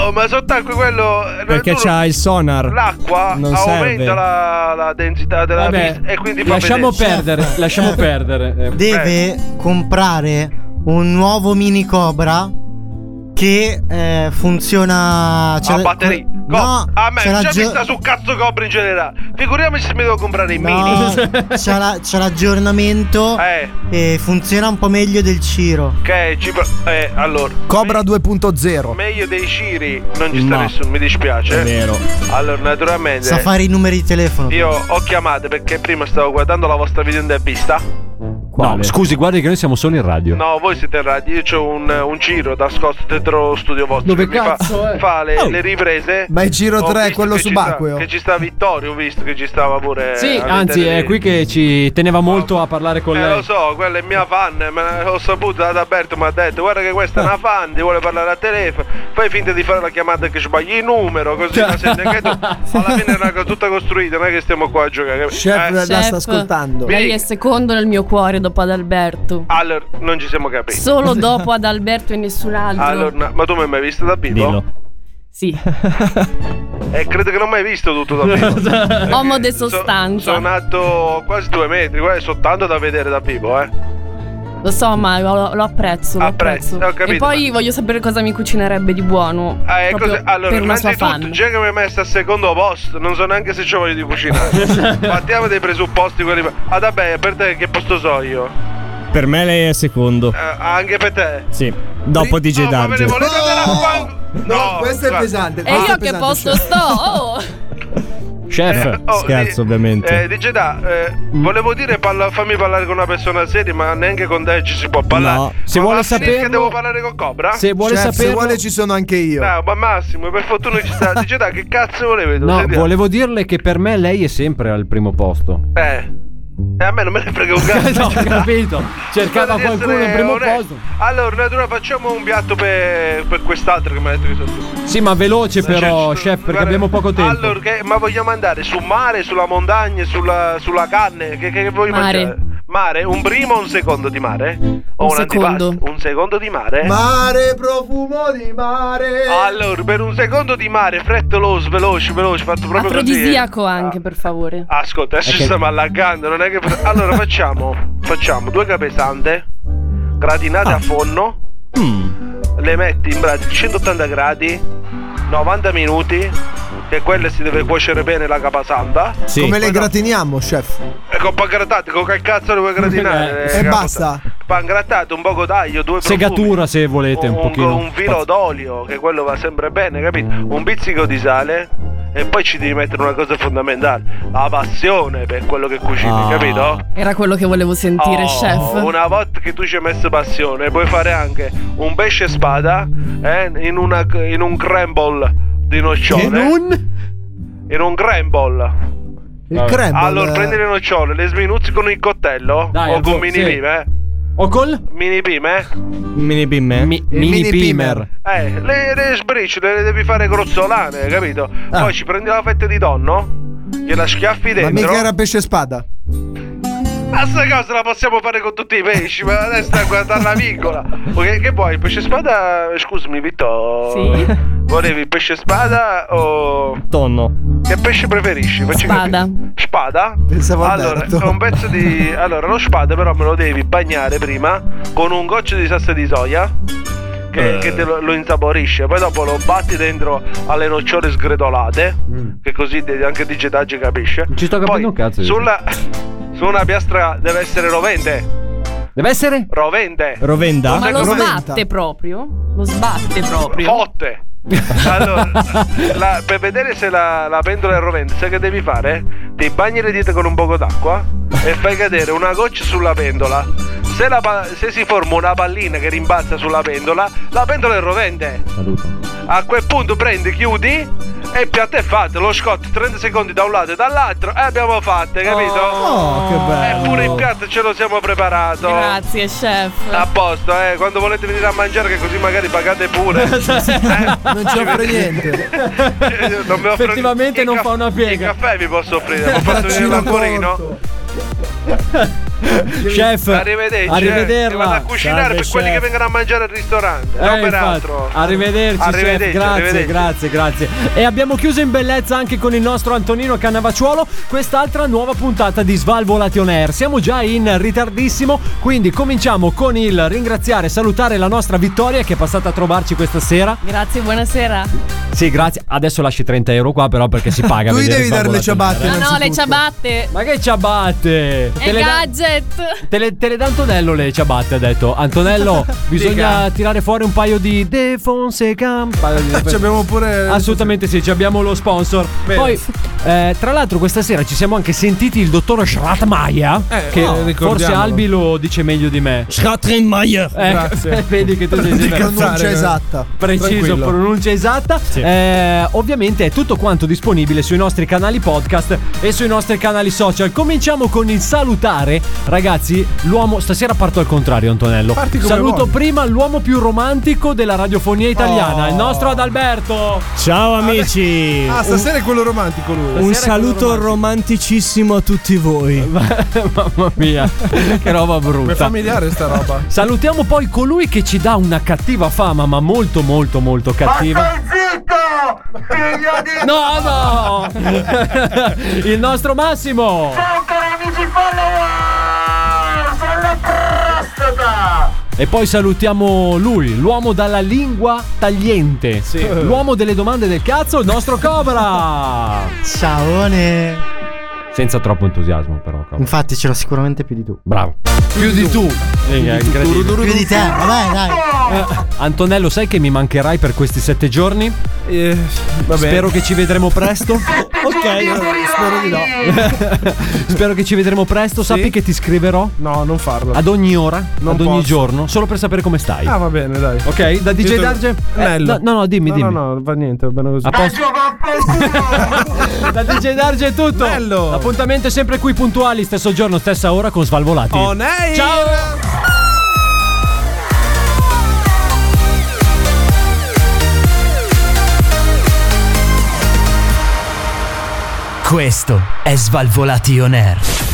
B: Oh, ma sott'acqua quello. eh,
F: Perché c'ha il sonar.
B: L'acqua
F: Non serve.
B: aumenta la, la densità della
D: Vabbè,
B: pista e quindi fa
D: lasciamo
B: vedere.
D: perdere,
C: *laughs*
D: lasciamo perdere.
O: deve comprare un nuovo mini Cobra Ah, che eh, funziona.
B: a Ah, batteria. Ah, Co-
O: no,
B: a me
O: c'è la
B: già
O: gio-
B: mi sta su cazzo copri in generale. Figuriamoci se mi devo comprare i
O: No, *laughs*
B: mini. Eh.
O: c'è, la- c'è l'aggiornamento e funziona un po' meglio del Ciro.
B: Ok, ci pro- eh, allora.
O: Cobra 2.0.
B: Meglio dei Ciri non ci sta
O: No.
B: nessuno, mi dispiace.
O: È vero.
B: Allora, naturalmente.
O: Sa fare i numeri di telefono.
B: Io ho chiamato perché prima stavo guardando la vostra videointervista.
D: No, scusi, guardi che noi siamo solo in radio.
B: No, voi siete in radio, io c'ho un, un giro nascosto dentro lo studio vostro.
D: Dove
B: che mi fa, fa le, le riprese.
H: Ma il giro
B: Ho
H: tre è
B: visto
H: quello
B: che ci
H: subacqueo.
B: sta- Che ci sta Vittorio, ho visto che ci stava pure.
D: Sì,
B: Eh, all'interno
D: anzi,
B: di-
D: è qui che ci teneva molto a parlare con
B: Eh,
D: lei.
B: lo so, quella è mia fan, ma l'ho saputo da Alberto, mi ha detto guarda che questa è
D: Ah.
B: una fan, ti vuole parlare al telefono, fai finta di fare la chiamata che sbagli il numero, così la sente anche
D: *laughs*
B: tu. Alla fine è una cosa tutta costruita, non è che stiamo qua a giocare. Eh, capi-
H: Chef, la sta ascoltando.
G: Lei è secondo nel mio cuore dopo ad Alberto.
B: Allora, non ci siamo capiti.
G: Solo dopo ad Alberto e nessun altro.
B: Allora, no, ma tu mi hai mai visto da vivo? *laughs*
G: Sì.
B: Eh, credo che non mi hai visto tutto da
D: *laughs*
B: vivo. Perché
G: Homo de sostanza.
B: sono alto quasi due metri, qua è soltanto da vedere da vivo, eh.
G: Lo so, ma lo, lo apprezzo. Lo apprezzo.
B: ho capito,
G: e poi voglio sapere cosa mi cucinerebbe di buono.
B: Eh,
G: proprio
B: cos'è? allora,
G: per una sua
B: innanzitutto,
G: fan.
B: già che mi hai messo al secondo posto, non so neanche se ci voglio di cucinare.
F: *laughs*
B: Partiamo dai presupposti quelli. Ah, vabbè, per te che posto so io?
F: Per me lei è secondo.
B: Eh, anche per te.
F: Sì, dopo DJ
B: Oh, ma ve ne
F: Darge.
B: volete andare a fan- No,
H: questo è pesante, cioè.
G: E io che posto sto?
B: *laughs*
G: Oh!
F: Chef,
B: oh,
F: scherzo ovviamente.
B: Eh, dice da, eh, volevo dire parla- fammi parlare con una persona seria, ma neanche con te ci si può parlare.
F: No,
H: se
B: Ma
H: vuole
B: Massimo,
H: saperlo-
B: che devo parlare con Cobra?
H: Chef, Cioè, se vuole ci sono anche io.
B: No, ma Massimo, per fortuna ci
D: *laughs*
B: sta. Dice da, che cazzo volevi tu?
D: No,
B: Senti, eh,
D: volevo dirle che per me lei è sempre al
B: *laughs*
D: primo posto.
B: Eh. E a me non me ne
D: *laughs*
B: frega un cazzo.
D: No, ho capito. Cercava
B: Guarda di
D: qualcuno in
B: essere
D: primo
B: onesto. Allora, natura, facciamo un piatto per, per quest'altro che mi ha detto che sono tu.
D: Sì, ma veloce però, chef, perché abbiamo poco tempo.
B: Allora, Cioè, che- ma vogliamo andare sul mare, sulla montagna, sulla, sulla canne? Che, che vuoi
D: Mare.
B: mangiare? Mare, un primo o un secondo di mare? O
H: Un
B: antipasto?
H: secondo.
B: Un secondo di mare? Ah,
H: Mare, profumo di mare.
B: Allora, per un secondo di mare, frettoloso, veloce, veloce, fatto proprio così. eh.
G: Afrodisiaco anche, per favore.
B: Ascolta, adesso ci stiamo allagando, non è che. Allora facciamo. Facciamo due capesante, gratinate a forno, le metti in pratica 180 gradi, 90 minuti, che quella si deve cuocere bene la capasanta.
H: Come
B: Poi
H: le
B: dopo-
H: gratiniamo, chef?
B: E Eh, con pan grattato, con che cazzo le vuoi gratinare?
H: *laughs* Eh,
B: eh,
H: e
B: capasanta?
H: basta.
B: Pan grattato, un poco d'aglio, due profumi.
D: Segatura se volete un,
B: un,
D: pochino.
B: un filo d'olio, che quello va sempre bene, capito? Un pizzico di sale e poi ci devi mettere una cosa fondamentale, la passione per quello che cucini,
G: Ah.
B: capito?
G: Era quello che volevo sentire,
B: Oh,
G: chef.
B: Una volta che tu ci hai messo passione, puoi fare anche un pesce spada eh, in, una, in un crumble di nocciole. In un? In un crumble.
H: Il crumble,
B: Allora
H: eh.
B: prendi le nocciole, le sminuzzi con il coltello
F: Dai,
B: o con
F: ecco,
B: mini
F: sì.
B: pime. eh.
D: O col?
B: Mini pime. eh.
F: Mini pimer.
B: mini Eh, le, le sbriciole le devi fare grozzolane, capito? Poi ci prendi la fetta di tonno, gliela schiaffi
H: Ah. Ma
B: dentro.
H: mica era pesce spada.
B: Ma sta cosa la possiamo fare con tutti i pesci, ma adesso sta guardando la piccola. Ok, che poi pesce spada. Scusami, Vitto.
G: Sì.
B: Volevi pesce spada o.
F: Tonno.
B: Che pesce preferisci? Facci *laughs*
G: Spada.
B: capire. Spada?
H: Pensavo
B: allora,
H: Alberto.
B: un pezzo di. Allora, lo spada però me lo devi bagnare prima con un goccio di salsa di soia. Che che, che te lo, lo insaporisce. Poi dopo lo batti dentro alle nocciole sgretolate. Che così de- anche Digitaggi capisce.
D: Ci sto capendo un cazzo. io.
B: Sulla, *laughs* su una piastra deve essere rovente.
D: Deve essere?
B: Rovente.
F: Rovenda?
G: Ma lo
B: Roventa.
G: sbatte proprio? Lo sbatte proprio.
B: Fotte. Allora, la- per vedere se la, la pentola è rovente, sai che devi fare? Ti bagni le dita con un poco d'acqua e fai cadere una goccia sulla pentola. Se, la pa- se si forma una pallina che rimbalza sulla pentola, la pentola è rovente. A quel punto prendi, chiudi e piatto è fatto. Lo scotto 30 secondi da un lato e dall'altro e abbiamo fatto, capito?
W: Oh, che bello.
B: Eppure il piatto ce lo siamo preparato.
G: Grazie, chef.
B: A posto, eh, quando volete venire a mangiare che così magari pagate pure.
X: Non ci offre niente.
B: Eh, non mi offro
D: Effettivamente non fa una piega.
B: caffè vi posso
D: *laughs*
B: offrire, mi posso venire l'amborino.
D: Chef,
B: Arrivederci. eh.
D: arrivederla.
B: Mi vado a cucinare
D: Salve,
B: per quelli
D: chef.
B: che vengono a mangiare al ristorante,
D: Eh,
B: non per
D: infatti.
B: altro.
D: Arrivederci, chef.
B: Arrivederci,
D: grazie,
B: arrivederci.
D: grazie, grazie. E abbiamo chiuso in bellezza anche con il nostro Antonino Cannavacciuolo quest'altra nuova puntata di Svalvolati On Air. Siamo già in ritardissimo, quindi cominciamo con il ringraziare e salutare la nostra Vittoria che è passata a trovarci questa sera.
G: Grazie, buonasera.
D: Sì, grazie. Adesso lasci 30 euro qua, però, perché si paga.
X: *laughs* Tu
D: vedere
X: devi dare le
D: Svalvolati On Air. eh.
G: No, Ah, no, le ciabatte.
D: Ma che ciabatte?
G: E
D: le da-
G: gadget.
D: Te le, te le dà Antonello le ciabatte, ha detto. Antonello, bisogna
X: Dica.
D: tirare fuori un paio di De Fonseca. Un paio
X: *laughs*
D: di-
X: Ci abbiamo pure- *laughs*
D: Assolutamente sì, ci abbiamo lo sponsor.
X: Bene.
D: Poi, eh, tra l'altro, questa sera ci siamo anche sentiti il dottor Schratmeier.
X: Eh,
D: che
X: no,
D: forse
X: ricordiamolo.
D: Albi lo dice meglio di me.
X: Schrattenmeier.
D: Eh, *laughs*
X: Grazie.
D: vedi che tu sei
X: Di
D: sempre-
X: pronuncia esatta.
D: Preciso,
X: Tranquillo.
D: pronuncia esatta. Eh, ovviamente è tutto quanto disponibile sui nostri canali podcast e sui nostri canali social. Cominciamo con il salutare, ragazzi. L'uomo stasera parto al contrario, Antonello.
X: Parti come
D: Saluto
X: vuoi.
D: prima l'uomo più romantico della radiofonia italiana,
X: Oh.
D: il nostro Adalberto.
F: Ciao amici.
X: Ah,
F: Un-
X: stasera è quello romantico lui.
F: Un saluto romanticissimo a tutti voi.
D: *laughs* Mamma mia, che roba brutta.
X: È familiare sta roba.
D: *laughs* Salutiamo poi colui che ci dà una cattiva fama, ma molto molto molto cattiva.
W: zitto! Figlio di...
D: No, no! *laughs* il nostro Massimo!
W: Ciao cari amici follower! Sono prostata!
D: E poi salutiamo lui, l'uomo dalla lingua tagliente. L'uomo delle domande del cazzo, il nostro Cobra! *laughs*
Y: Ciaone.
D: Senza troppo entusiasmo, però, Cobra.
Y: Infatti ce l'ho sicuramente più di tu.
D: Bravo. Più di tu. incredibile.
Y: Più di te, vabbè, dai.
D: Eh, Antonello, sai che mi mancherai per questi sette giorni? Eh, Spero che ci vedremo presto.
X: *laughs* Ok, spero di no.
D: *laughs* Spero che ci vedremo presto. Sappi che ti scriverò.
X: No, non farlo.
D: Ad ogni ora,
X: Non
D: ad ogni
X: posso.
D: giorno, solo per sapere come stai.
X: Ah, va bene, dai.
D: Ok, da DJ Darge? Eh,
X: Nello.
D: no, no, no, dimmi,
X: no,
D: dimmi. Ah.
X: No, no, va niente, va bene così.
D: A posto. *laughs* da DJ Darge è tutto. Appuntamento è sempre qui puntuali, stesso giorno, stessa ora con Svalvolati.
X: On air!
D: Ciao!
Z: Questo è Svalvolation Air.